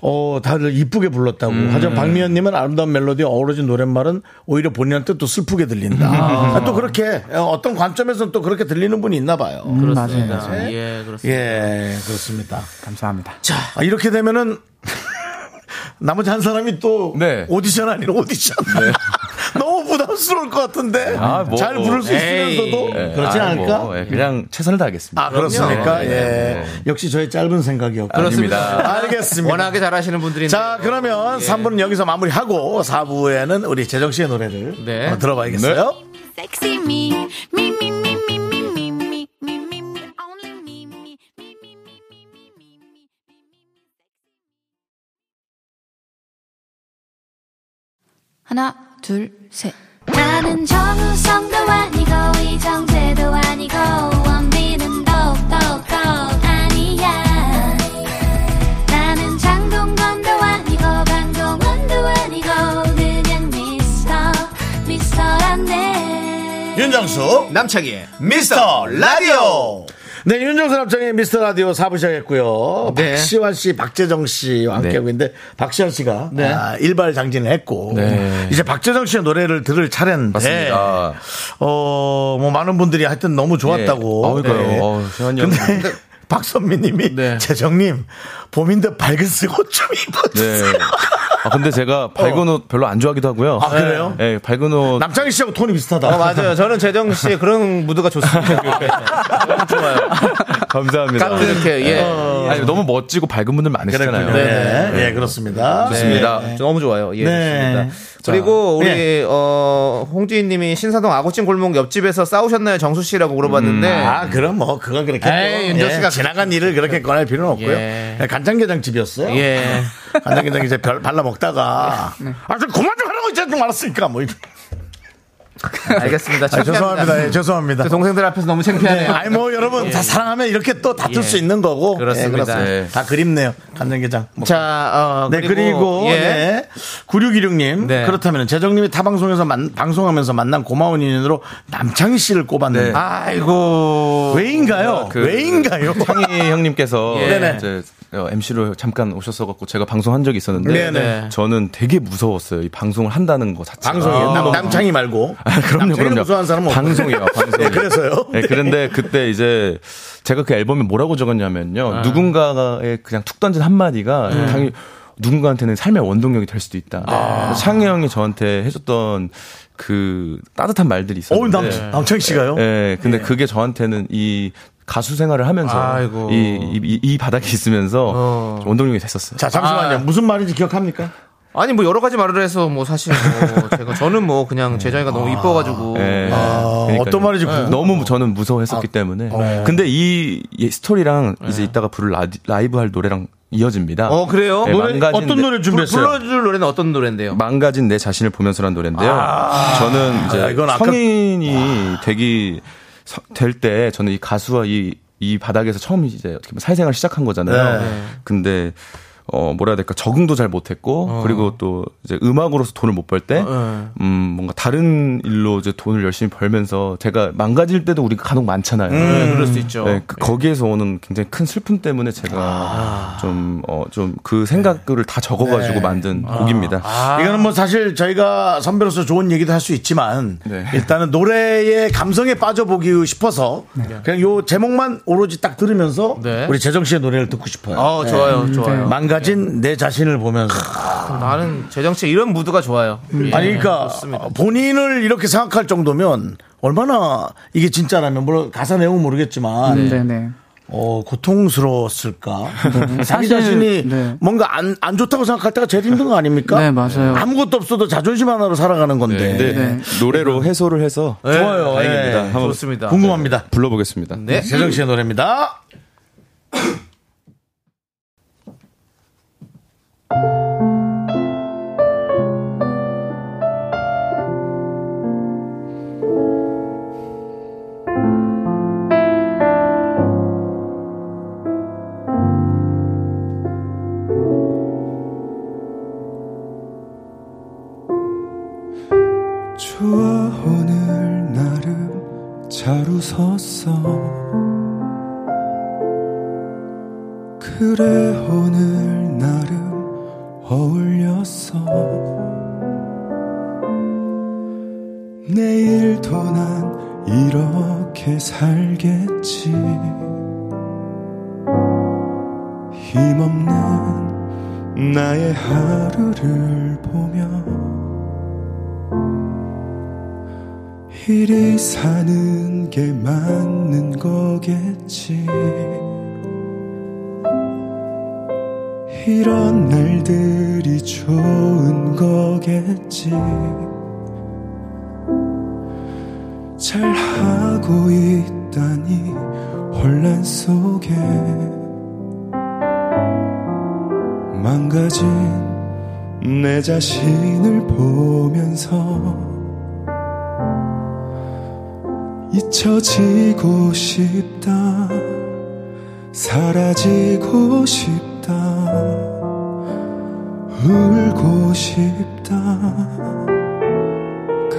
어 다들 이쁘게 불렀다고. 하지만 박미연님은 아름다운 멜로디에 어우러진 노랫말은 오히려 본인한테 또 슬프게 들린다. 아, 또 그렇게 어, 어떤 관점에서는 또 그렇게 들리는 분이 있나 봐요. 그렇습니다. 맞아요. 아, 예, 그렇습니다. 예, 그렇습니다. 감사합니다. 아, 이렇게 되면은 [LAUGHS] 나머지 한 사람이 또 네. 오디션 아닌 오디션. [LAUGHS] 너무 부담스러울 것 같은데 아, 뭐. 잘 부를 수 에이. 있으면서도 네. 그렇지 아, 않을까? 뭐, 예, 그냥 최선을 다하겠습니다. 아 그렇습니까? 네, 예. 네, 네. 역시 저의 짧은 생각이었고. 그렇습니다. 알겠습니다. 워낙에 잘하시는 분들인데. 자, 그러면 3부는 여기서 마무리하고 4부에는 우리 재정 씨의 노래를 네. 어, 들어봐야겠어요. Sexy me, me, me, me, me, me, me, me, me, me, me, only me, me, me, me, me, me, me, me. 하나, 둘, 셋. 나는 정우성도 아니고 이정재도 아니고 원빈은 더욱더 아니야 나는 장동건도 아니고 방종원도 아니고 그냥 미스터 미스터란데 네. 예. 윤정수, 남창희의 미스터 라디오. 네, 윤정수 남창의 미스터 라디오 4부 시작했고요. 네. 박시환 씨, 박재정 씨와 함께하고 있는데 박시환 씨가 아, 일발 장진을 했고 네. 이제 박재정 씨의 노래를 들을 차례인데 맞습니다. 어, 뭐 많은 분들이 하여튼 너무 좋았다고. 예. 아, 그러니까요. 어우, 시원해요. 근데 [LAUGHS] 박선미 님이 재정님 봄인데 밝은 옷좀 네. 입어주세요. 아, 근데 제가 밝은 옷 별로 안 좋아하기도 하고요. 어. 아, 그래요? 예, 밝은 옷. 남창희 씨하고 톤이 비슷하다. 어, 맞아요. 저는 재정 [LAUGHS] 씨의 그런 무드가 좋습니다. 아, 감사합니다. 네. 가끔 이렇게, 예. 아니, 너무 멋지고 밝은 분들 많으시잖아요. 어. 네. 네. 예, 그렇습니다. 좋습니다. 네. 너무 좋아요. 예, 네. 좋습니다. 자, 그리고 우리 예. 어 홍지인 님이 신사동 아구찜 골목 옆집에서 싸우셨나요, 정수 씨라고 물어봤는데 아, 그럼 뭐, 그건 그렇게. 에이, 또, 예, 윤정 씨가 지나간 일을 그렇게 꺼낼 필요는 없고요. 예. 예, 간장게장 집이었어요. 예. [LAUGHS] 간장게장 이제 별, 발라 먹다가. 네. 아, 좀 그만 좀 하라고 이제 좀 알았으니까. 뭐. 이렇게. 네, 알겠습니다. 아, 죄송합니다. 예, 죄송합니다. 제 동생들 앞에서 너무 네. 창피하네요. 아니, 뭐, 여러분, 다 사랑하면 이렇게 또 다툴 수 있는 거고. 예. 네, 그렇습니다. 예. 다 그립네요. 간장게장. 먹- 자, 어, 네, 그리고, 예. 네. 9616님. 네. 그렇다면, 재정님이 타방송에서 만- 방송하면서 만난 고마운 인연으로 남창희 씨를 꼽았는데. 네. 아이고. 뭐, 왜인가요? 그- 왜인가요? [LAUGHS] 예. 창희 형님께서 네네. 이제 MC로 잠깐 오셨어갖고 제가 방송한 적이 있었는데 네네. 저는 되게 무서웠어요. 이 방송을 한다는 거 자체가. 방송이에요. 남, 남창희 말고. 아, 그럼요, 남창희를 그럼요. 무서워하는 사람은 없어요. 방송이에요, [LAUGHS] 방송. 네, 그래서요. 네, 그런데 그때 이제 제가 그 앨범에 뭐라고 적었냐면요. 아. 누군가의 그냥 툭 던진 한마디가 네. 당연히 누군가한테는 삶의 원동력이 될 수도 있다. 아. 그래서 창희 형이 저한테 해줬던 그 따뜻한 말들이 어우, 있었는데. 남, 네. 남창희 씨가요? 예, 근데 그게 저한테는 이 가수 생활을 하면서 아이고. 이, 이, 이- 이 바닥에 있으면서 원동력이 됐었어요. 아. 자, 잠시만요. 무슨 말인지 기억합니까? 아니 뭐 여러 가지 말을 해서 뭐 사실 뭐 제가 저는 뭐 그냥 재정이가 너무 이뻐가지고 예. 그러니까요. 어떤 말인지 궁금해. 너무 저는 무서워했었기 때문에. 네. 근데 이, 이 스토리랑 이제 이따가 부를 라, 이브할 노래랑 이어집니다. 어 그래요? 예, 노래- 망가진 어떤 내- 노래 준비했어요? 불러줄 노래는 어떤 노래인데요? 아. 망가진 내 자신을 보면서란 노래인데요. 저는 이제 아, 이건 아까- 성인이 되기 될 때 저는 이 가수와 이, 이 바닥에서 처음 이제 어떻게 보면 사회생활 시작한 거잖아요. 네. 근데 어 뭐라 해야 될까 적응도 잘 못했고 어. 그리고 또 이제 음악으로서 돈을 못 벌 때 네. 음, 뭔가 다른 일로 이제 돈을 열심히 벌면서 제가 망가질 때도 우리가 간혹 많잖아요. 네, 그럴 수 있죠. 네, 그- 거기에서 오는 굉장히 큰 슬픔 때문에 제가 아. 좀, 어, 좀 그 생각을 다 적어가지고 네. 만든 아. 곡입니다. 이거는 뭐 사실 저희가 선배로서 좋은 얘기도 할 수 있지만 네. 일단은 노래의 감성에 빠져보기 싶어서 그냥 요 제목만 오로지 딱 들으면서 네. 우리 재정 씨의 노래를 듣고 싶어요. 어 좋아요 음, 네. 좋아요. 망가진 내 자신을 보면서 나는 재정 씨 이런 무드가 좋아요. 예, 음. 아니 그러니까 좋습니다. 본인을 이렇게 생각할 정도면 얼마나 이게 진짜라면 물론 가사 내용은 모르겠지만 네, 네. 어, 고통스러웠을까? 자기 사실, 자신이 네. 뭔가 안, 안 좋다고 생각할 때가 제일 힘든 거 아닙니까? 네, 맞아요. 아무것도 없어도 자존심 하나로 살아가는 건데. 네. 네. 노래로 해소를 해서 좋아요. 다행입니다. 예. 한번 네, 좋습니다. 궁금합니다. 불러보겠습니다. 네. 세정 씨의 노래입니다. 좋아 오늘 나름 잘 웃었어 그래 오늘 나름 어울렸어 내일도 난 이렇게 살겠지 힘없는 나의 하루를 보며 이리 사는 게 맞는 거겠지. 이런 날들이 좋은 거겠지. 잘 하고 있다니 혼란 속에 망가진 내 자신을 보면서 잊혀지고 싶다 사라지고 싶다 울고 싶다 가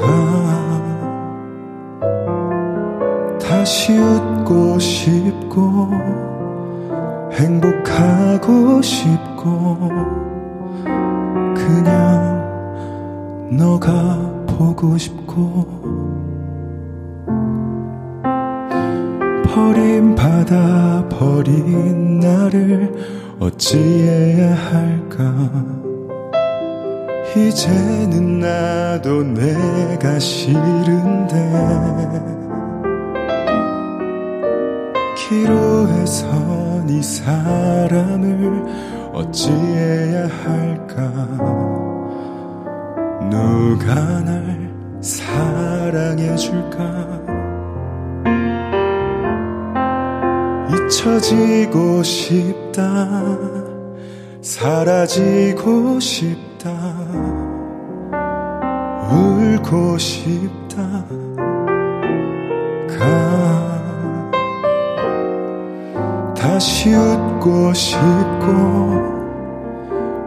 다시 웃고 싶고 행복하고 싶고 그냥 너가 보고 싶고 버림받아 버린 나를 어찌해야 할까 이제는 나도 내가 싫은데 기로에선 이 사람을 어찌해야 할까 누가 날 사랑해줄까 잊혀지고 싶다 사라지고 싶다 울고 싶다 가 다시 웃고 싶고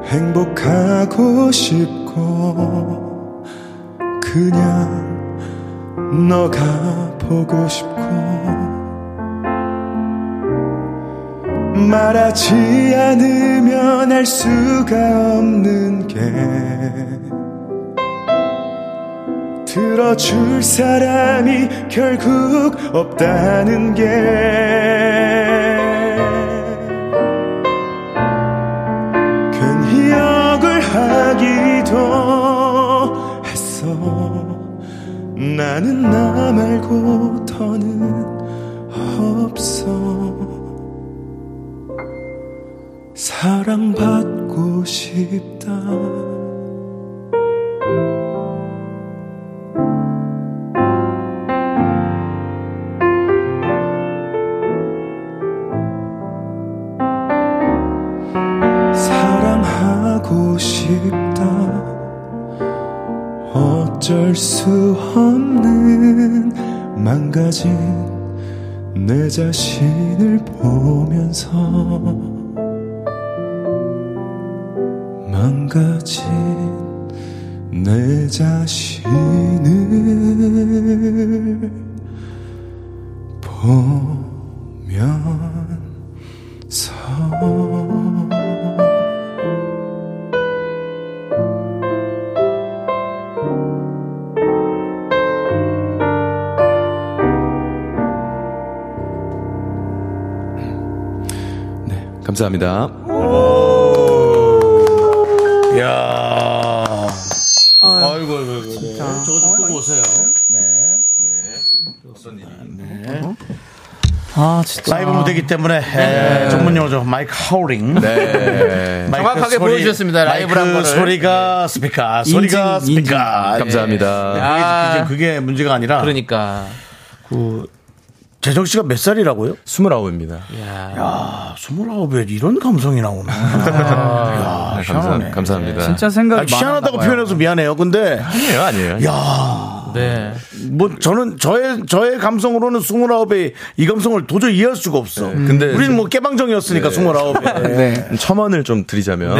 행복하고 싶고 그냥 너가 보고 싶고 말하지 않으면 알 수가 없는 게 들어줄 사람이 결국 없다는 게 괜히 억울하기도 했어 나는 나 말고 더는 없어 사랑받고 싶다 망가진 내 자신을 보면서 망가진 내 자신을 보면서 감사합니다. 야 아이고, 아이고, 아이고. 네. 아 진짜. 네. 네. 라이브 무대이기 때문에 예, 전문 용어죠 마이크 하우링. [LAUGHS] 네. 마이크 정확하게 보여주셨습니다. 라이브를 네. 한 마이크 거를. 소리가 스피커, 아, 소리가 인증, 인증. 스피커. 예. 감사합니다. 네, 그게, 아. 이제 그게 문제가 아니라 그러니까. 그 재정 씨가 몇 살이라고요? 29입니다. 아, 스물아홉에 이런 감성이 아, 나오나. 야, 희한하네. 네, 감사, 감사합니다. 진짜 생각이 아, 희한하다고 많았나 봐요. 표현해서 미안해요. 근데 아니에요, 아니에요. 네. 뭐 저는 저의 저의 감성으로는 스물아홉에 이 감성을 도저히 이해할 수가 없어. 네, 근데 우리는 뭐 깨방정이었으니까 스물아홉에. 네. 첨언을 좀 드리자면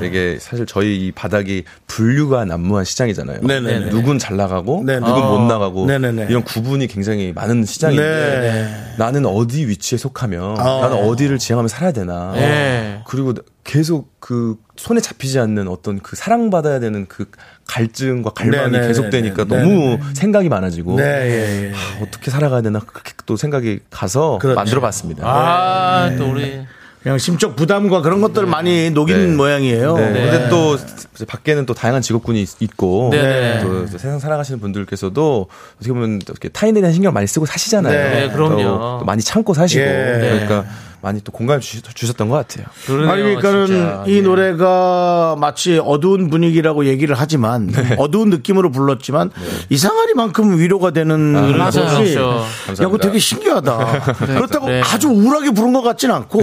네. 이게 사실 저희 이 바닥이 분류가 난무한 시장이잖아요. 네네네. 누군 잘 나가고 네네. 누군 못 나가고 네네네. 이런 구분이 굉장히 많은 시장인데 네. 나는 어디 위치에 속하면 어. 나는 어디를 지향하며 살아야 되나 네. 그리고 계속 그 손에 잡히지 않는 어떤 그 사랑받아야 되는 그 갈증과 갈망이 네네네네. 계속되니까 네네네. 너무 생각이 많아지고 네, 예, 예. 아, 어떻게 살아가야 되나 그렇게 또 생각이 가서 그렇죠. 만들어봤습니다. 아, 또 우리. 그냥 심적 부담과 그런 것들을 많이 녹인 네. 모양이에요. 네. 네. 근데 또 이제 밖에는 또 다양한 직업군이 있- 있고 네. 또 이제 세상 살아가시는 분들께서도 어떻게 보면 또 이렇게 타인에 대한 신경 을 많이 쓰고 사시잖아요. 네, 그럼요. 또, 또 많이 참고 사시고 예. 그러니까 많이 또 공감 주, 주셨던 것 같아요. 그러네요, 아니 그러니까는 진짜. 이 예. 노래가 마치 어두운 분위기라고 얘기를 하지만 네. 어두운 느낌으로 불렀지만 이상하리만큼 위로가 되는 그렇죠, 것이 그렇죠. 야, 그거 되게 신기하다. 그렇다고 네. 아주 우울하게 부른 것 같진 않고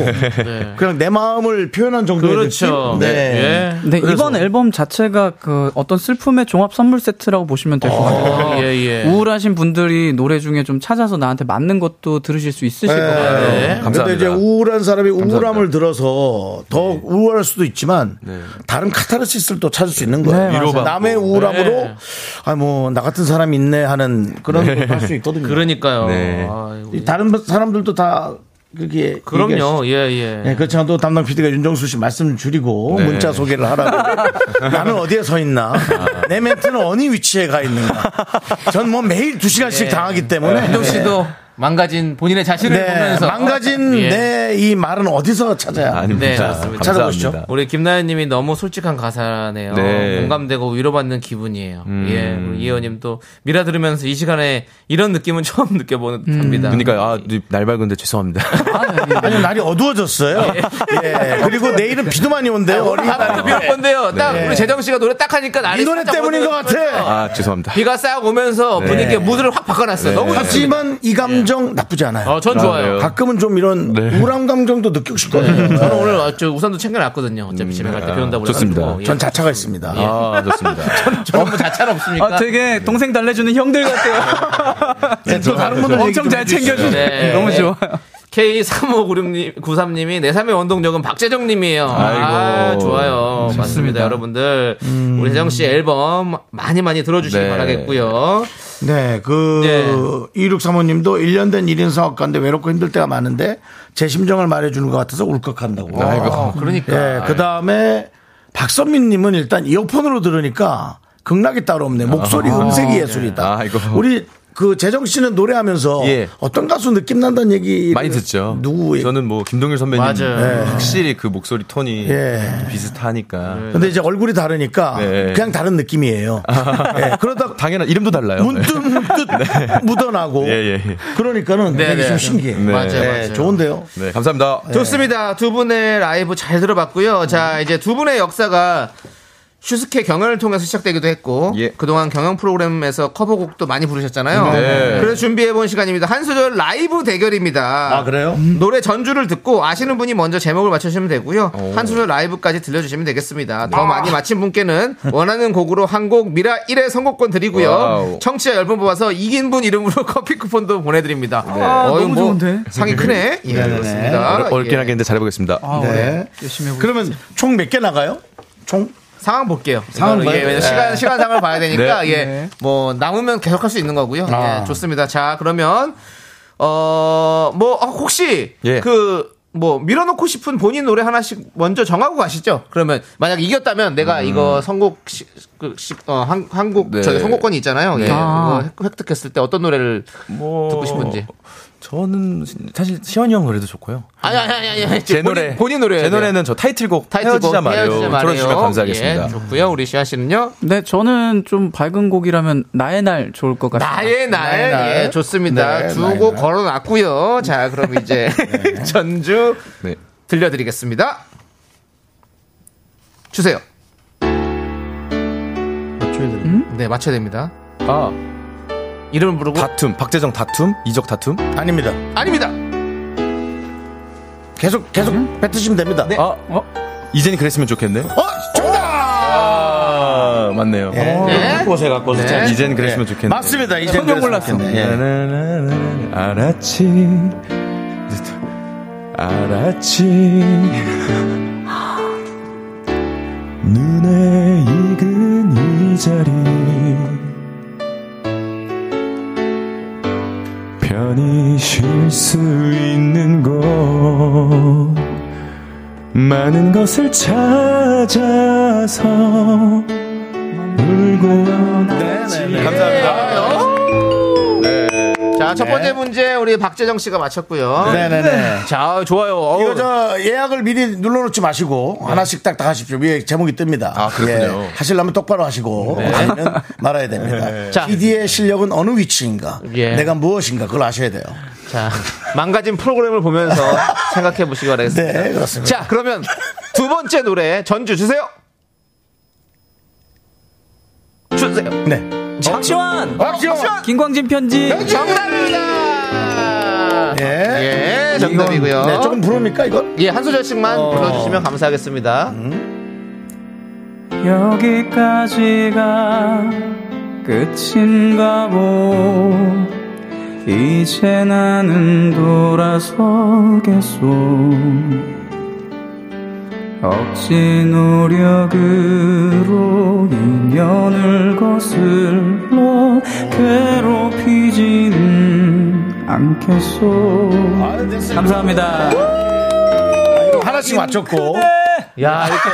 그냥 내 마음을 표현한 정도의 그렇죠. 느낌. 네. 네, 이번 앨범 자체가 그 어떤 슬픔의 종합 선물 세트라고 보시면 될 어. 것 같아요. [LAUGHS] 예, 예. 우울하신 분들이 노래 중에 좀 찾아서 나한테 맞는 것도 들으실 수 예. 있으실 것 같아요. 네. 근데 감사합니다. 이제 우울한 사람이 우울함을 감사합니다. 들어서 더 우울할 수도 있지만 다른 카타르시스를 또 찾을 수 있는 거예요. 네, 위로받고. 남의 우울함으로 네. 아 뭐 나 같은 사람 있네 하는 그런 걸 할 수 있거든요. 그러니까요. 네. 아이고. 이 다른 사람들도 다 그게 그럼요. 예, 예. 네, 그렇지만 또 담당 PD가 윤정수 씨 말씀 줄이고 문자 소개를 하라고. 나는 어디에 서 있나? 내 멘트는 어느 위치에 가 있는가? 전 뭐 매일 두 시간씩 당하기 때문에. 윤정 씨도 망가진 본인의 자신을 네, 보면서 망가진 네. 예. 내 이 말은 어디서 찾아야? 아닙니다. 네, 맞습니다. 찾아보시죠. 감사합니다. 우리 김나연님이 너무 솔직한 가사네요. 네. 공감되고 위로받는 기분이에요. 예, 우리 이혜원님 또 미라 들으면서 이 시간에 이런 느낌은 [LAUGHS] 처음 느껴보는 니다 그러니까 아, 날 [LAUGHS] 밝은데 죄송합니다. 아니 날이 어두워졌어요. 예. 그리고 내일은 비도 많이 온대요. 아, 아까도 비올 건데요. 딱 우리 재정 씨가 노래 딱 하니까 날이 이 노래 살짝 때문인 것 어두워져서 같아. 아 죄송합니다. 비가 싹 오면서 네. 분위기의 무드를 확 바꿔놨어요. 너무 좋습니다. 하지만 이 감정 나쁘지 아, 않아요. 어, 전 좋아요. 네. 가끔은 좀 이런 우울한 감정도 느낄 수 있거든요. 저는 오늘 아주 우산도 챙겨놨거든요. 어차피 집에 갈 때 비 온다고 좋습니다. 그래가지고. 예. 전 자차가 있습니다. 아 [LAUGHS] 좋습니다. 저는 뭐 자차는 없습니까? 아, 되게 동생 달래주는 형들 [LAUGHS] 같아요. 네, 또 다른 분들 엄청 잘 챙겨주네. 네. 너무 좋아요. K3593님이 내 삶의 원동력은 박재정님이에요. 아 아이고. 좋아요. 맞습니다, 여러분들. 우리 재정 씨 앨범 많이 많이 들어주시기 네. 바라겠고요. 네, 그, 네. 2635님도 1년 된 1인 사업가인데 외롭고 힘들 때가 많은데 제 심정을 말해주는 것 같아서 울컥한다고. 아, 그러니까. 예, 그 다음에 박선민님은 일단 이어폰으로 들으니까 극락이 따로 없네. 목소리 음색이 예술이다. 아이고. 우리 그 재정 씨는 노래하면서 예. 어떤 가수 느낌 난다는 얘기 많이 듣죠. 누구 얘기? 저는 뭐 김동률 선배님 맞아요. 확실히 그 목소리 톤이 네. 예. 좀 비슷하니까 네. 근데 이제 얼굴이 다르니까 네. 그냥 다른 느낌이에요. 예, [LAUGHS] 그러다 당연한 이름도 달라요. 문득 문득 묻어나고 예, 예, 예. 그러니까는 네, 되게 네. 좀 신기해. 네. 맞아요, 예, 맞아요. 좋은데요. 네, 예. 감사합니다. 좋습니다. 두 분의 라이브 잘 들어봤고요. 자, 이제 두 분의 역사가 슈스케 경연을 통해서 시작되기도 했고 예. 그동안 경연 프로그램에서 커버곡도 많이 부르셨잖아요. 네. 그래서 준비해 본 시간입니다. 한 소절 라이브 대결입니다. 아, 그래요? 음. 노래 전주를 듣고 아시는 분이 먼저 제목을 맞춰주시면 되고요. 한 소절 라이브까지 들려주시면 되겠습니다. 더 많이 맞힌 분께는 원하는 곡으로 한 곡 미라 1회 선곡권 드리고요. 와우. 청취자 10분 뽑아서 이긴 분 이름으로 [LAUGHS] 커피 쿠폰도 보내드립니다. 어이, 너무 좋은데? 상이 크네. 예, 네네네. 그렇습니다. 아, 어렵- 어렵긴 예. 하겠는데 잘해보겠습니다. 네. 어, 열심히 해보겠습니다. 그러면 총 몇 개 나가요? 총? 상황 볼게요. 상황 이거는, 봐요? 예, 왜냐면 네. 시간 시간상을 봐야 되니까 네. 예. 뭐 남으면 계속 할 수 있는 거고요. 아. 예, 좋습니다. 자, 그러면 어, 뭐 어, 혹시 예. 그 뭐 밀어놓고 싶은 본인 노래 하나씩 먼저 정하고 가시죠. 그러면 만약 이겼다면 내가 이거 선곡 시, 그 시- 어, 한, 한국 음. 네. 저기 선곡권이 있잖아요. 예. 아. 이거 획- 획득했을 때 어떤 노래를 뭐 듣고 싶은지. 저는 사실 시현이 형 노래도 좋고요. 아니 아니 아니 아니, 아니 제 본인- 노래 본인 노래 제 노래는 저 타이틀곡 타이틀곡 헤어지자 말해요. 들어주시면 감사하겠습니다. 예, 좋고요. 우리 시아 씨는요? 네, 저는 좀 밝은 곡이라면 나의 날 좋을 것 같아요. 나의 날, 나의 날. 예, 네, 좋습니다. 나의 주고 날. 네. 걸어놨고요. 자, [LAUGHS] 그럼 이제 전주 네. 들려드리겠습니다. 주세요. 맞춰야 되네. 네, 맞춰야 됩니다. 아 이름을 부르고 다툼 박재정 다툼 이적 다툼 아닙니다. 아닙니다. 계속 계속 뱉으시면 됩니다. 아 이젠 그랬으면 좋겠네. 어, 정답. 아 맞네요. 네. 갖고서 갖고서 네. 이젠 그랬으면 좋겠네. 맞습니다. 이제 전혀 몰랐어. 나나나나, 알았지 알았지 눈에 익은 이 자리 편히 쉴 수 있는 곳 많은 것을 찾아서 울고 네네네. 네. 감사합니다. 자, 첫 번째 문제 우리 박재정 씨가 맞췄고요. 네네네. 자, 좋아요. 어우, 이거 저 예약을 미리 눌러놓지 마시고 하나씩 딱딱 하십시오. 위에 제목이 뜹니다. 예. 아, 그렇군요. 하시려면 똑바로 하시고 아니면 말아야 됩니다. 자. PD의 실력은 어느 위치인가? 예. 내가 무엇인가? 그걸 아셔야 돼요. 자, 망가진 프로그램을 보면서 생각해 보시기 바라겠습니다. 네, 그렇습니다. 자, 그러면 두 번째 노래 전주 주세요. 주세요. 네. 어? 박시환! 네? 박시원. 김광진 편지! 정답입니다. 예. 예, 정답이고요. 네, 조금 부릅니까 어. 음. 이거? 예, 한 소절씩만 불러주시면 감사하겠습니다. 여기까지가 끝인가 보 이제 나는 돌아서겠소 억지 노력으로 인연을 거슬러 괴롭히지는 않겠소 감사합니다 하나씩 맞췄고. 야, 이렇게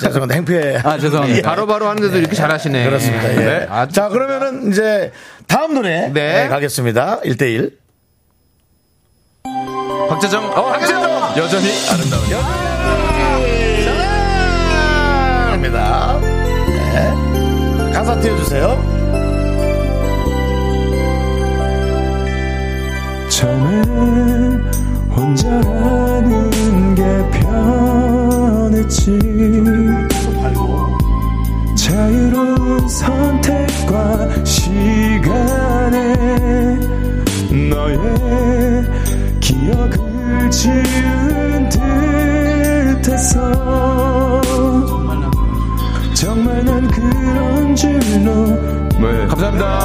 죄송합니다. 행패. 아 죄송합니다 바로바로 하는데도 이렇게 잘하시네. 그렇습니다. 예. 네. 아, 자, 그러면은 이제 다음 노래 네. 네, 가겠습니다. 1대1. 박재정 어, 박재정! 여전히 아름다운 합니다. 네. 가사 띄워주세요. 처음엔 혼자라는 게 편했지 자유로운 선택과 시간에 너의 기억을 지운 듯해서 정말 난 그런 줄로 네. 감사합니다.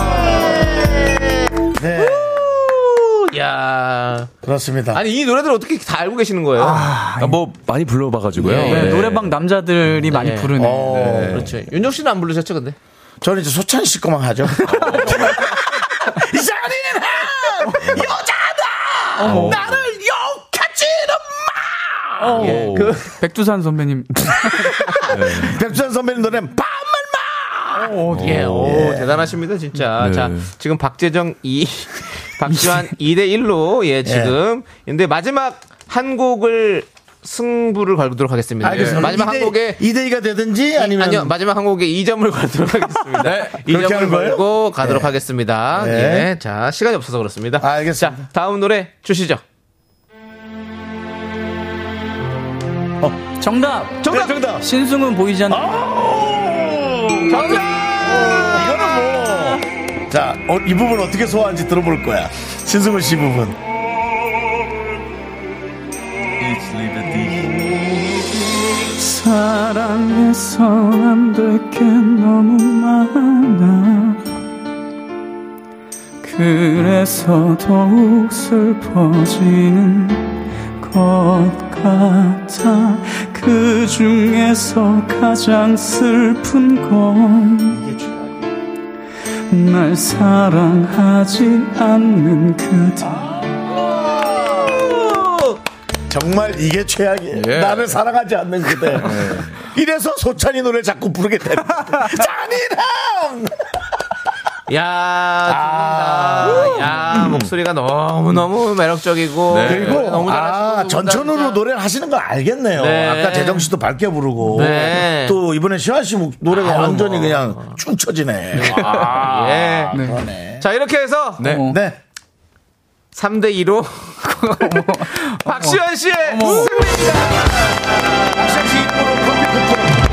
네. 야. 그렇습니다. 아니, 이 노래들 어떻게 다 알고 계시는 거예요? 아, 뭐 많이 불러봐가지고요. 예, 네, 네. 노래방 남자들이 많이 부르네. 어, 그렇죠. 윤정 씨는 안 부르셨죠, 근데? 저는 이제 소찬 씨 거만 하죠. [LAUGHS] 이 자리는 여자다! 나를 욕하지는 예, 그, 백두산 선배님. 마! 백수현 선배님 노래는 밤을 예, 오, 대단하십니다, 진짜. 네. 자, 지금 박재정 2, [LAUGHS] [LAUGHS] 박지환 2대1로, 예, 지금. 근데 마지막 한 곡을 승부를 걸도록 하겠습니다. 마! 알겠습니다. 예. 마지막 한 곡에 2대2가 되든지 아니면. 네, 아니요 마지막 한 곡에 2점을 [LAUGHS] 걸도록 하겠습니다. 그렇게 하는 거예요? 2점을 걸고 가도록 하겠습니다. 네. 아, 예. 자 시간이 없어서 그렇습니다. 알겠습니다. 자 다음 노래 주시죠. 정답! 정답. 정답! 신승훈 보이지 않는. 이거는 뭐. 자, 어, 이 부분 어떻게 소화하는지 들어볼 거야. 신승훈 씨 부분. 사랑해서 안 될 게 너무 많아 그래서 더욱 슬퍼지는 것 같아 그 중에서 가장 슬픈 건 날 사랑하지 않는 그대 정말 이게 최악이에요. 예. 나를 사랑하지 않는 그대. 예. 이래서 소찬이 노래를 자꾸 부르게 [LAUGHS] 되는 거야. 잔인함! 야, 아~ 야, 목소리가 너무너무 매력적이고. 네. 그리고 노래 너무 잘하시고 아, 전천후로 진짜. 노래를 하시는 건 알겠네요. 네. 아까 재정 씨도 밝게 부르고 네. 또 이번에 시환 씨 목- 노래가 아우, 완전히 뭐. 그냥 쭉 쳐지네. 아, 예. 자, 이렇게 해서 네. 네. 3대2로 [LAUGHS] 박시현 씨의 승리입니다. 박시환 씨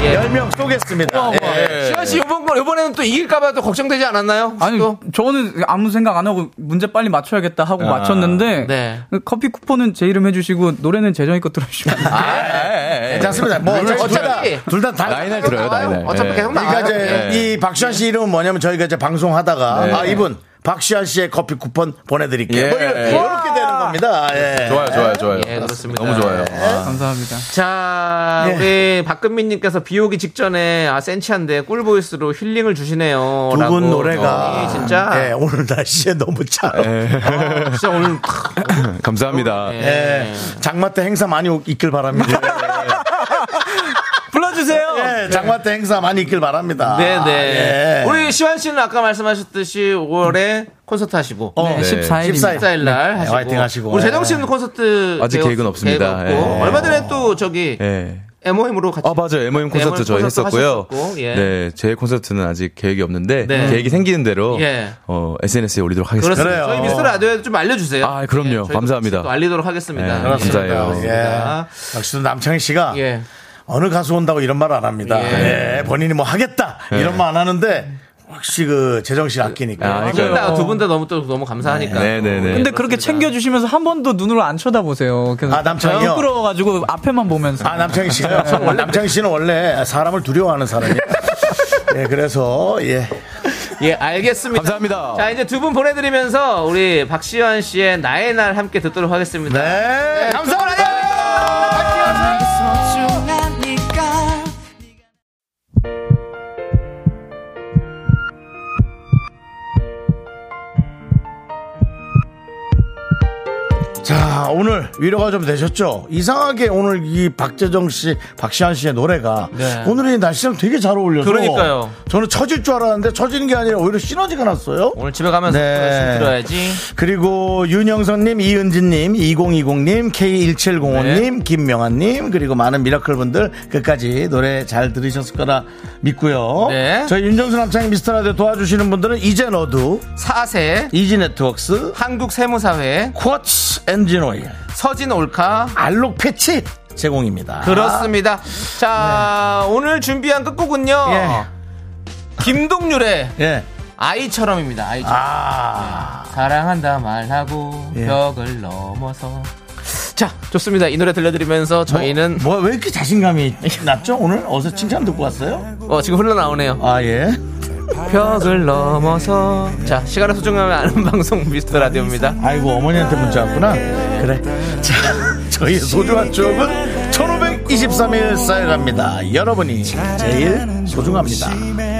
예. 입으로 커피 쿠폰 10명 쏘겠습니다. 예. 시현 씨, 요번, 거- 요번에는 또 이길까봐 또 걱정되지 않았나요? 아니 또? 저는 아무 생각 안 하고 문제 빨리 맞춰야겠다 하고 맞췄는데 네. 커피 쿠폰은 제 이름 해주시고 노래는 재정이 거 들어주시면 안 돼요? 괜찮습니다. 뭐 네, 어차피 둘다 다. 라인을 들어요, 라인을. 어차피 예. 계속 그러니까 나와요. 이제 예. 이 박시환 씨 이름은 뭐냐면 저희가 이제 방송하다가 네. 아 이분 박시환 씨의 커피 쿠폰 보내드릴게요. 예. 뭐 이렇게, 이렇게 되는 겁니다. 예. 좋아요, 좋아요, 좋아요. 예, 그렇습니다. 너무 좋아요. 감사합니다. 자, 네. 우리 박금민님께서 비 오기 직전에 아 센치한데 꿀보이스로 힐링을 주시네요. 두 라고. 분 노래가 예, 진짜. 예, 오늘 날씨에 너무 잘. 어울려요. 네. 아, 진짜 오늘 예. [LAUGHS] 감사합니다. 예. 장마 때 행사 많이 오- 있길 바랍니다. 불러주세요. 예, 장마 때 행사 많이 있길 바랍니다. 네. 네네. 예. 우리 시환 씨는 아까 말씀하셨듯이 5월에 콘서트 하시고 어, 네, 14일입니다. 14일. 14일 날 하시고 화이팅 하시고. 우리 재정 예. 씨는 콘서트 아직 계획- 계획은 없습니다. 계획 없고. 예. 얼마 전에 또 저기 네. 예. MOM으로 같이 어, 아 맞아요 M.O.M 콘서트 M.O.M 저희 콘서트 했었고요. 하셨었고, 예. 네, 제 콘서트는 아직 계획이 없는데 네. 계획이 생기는 대로 예. 어, SNS에 올리도록 하겠습니다. 그렇습니다. 그래요. 저희 미스터 라디오에 좀 알려주세요. 예, 아, 그럼요. 저희도 감사합니다. 또 알리도록 하겠습니다. 예, 예, 감사해요. 그렇습니다. 예. 역시도 남창희 씨가 예. 어느 가수 온다고 이런 말 안 합니다. 예. 예, 본인이 뭐 하겠다 이런 말 안 하는데 혹시 그 재정신 아끼니까. 아, 두분 다 너무 또 너무 감사하니까. 네네네. 근데 그렇게 챙겨주시면서 한 번도 눈으로 안 쳐다보세요. 그래서 아, 남창이요? 부끄러워가지고 앞에만 보면서. 아, 남창희 [LAUGHS] 씨가요? 남창희 씨는 원래 사람을 두려워하는 사람이에요. 예, 그래서, 예. 예, 알겠습니다. 감사합니다. 자, 이제 두 분 보내드리면서 우리 박시현 씨의 나의 날 함께 듣도록 하겠습니다. 예. 네, 감사합니다. 자, 오늘 위로가 좀 되셨죠? 이상하게 오늘 이 박재정 씨, 박시환 씨의 노래가 네. 오늘 이 날씨랑 되게 잘 어울려서 그러니까요. 저는 처질 줄 알았는데 처지는 게 아니라 오히려 시너지가 났어요. 오늘 집에 가면서 네. 열심히 들어야지. 그리고 윤영선님, 이은진님, 2020님, K1705님, 네. 김명환님, 그리고 많은 미라클 분들 끝까지 노래 잘 들으셨을 거라 믿고요. 네. 저희 윤정수 남창희 미스터라디오 도와주시는 분들은 이제 너도, 사세 이지네트웍스, 한국세무사회 쿼츠 엔진오일, 서진 올카 알록 패치 제공입니다. 그렇습니다. 자, 네. 오늘 준비한 끝곡은요. 예. 김동률의 예. 아이처럼입니다. 아이처럼. 아. 사랑한다 말하고 예. 벽을 넘어서. 자, 좋습니다. 이 노래 들려드리면서 저희는 뭐 왜 이렇게 자신감이 났죠? 오늘 어디서 칭찬 듣고 왔어요? 어, 지금 흘러나오네요. 아 예. 벽을 넘어서 자 시간을 소중하게 아는 [LAUGHS] 방송 미스터 라디오입니다. 아이고 어머니한테 문자 왔구나. 그래. 자, 저희 소중한 추억은 1523일 쌓여갑니다. 여러분이 제일 소중합니다.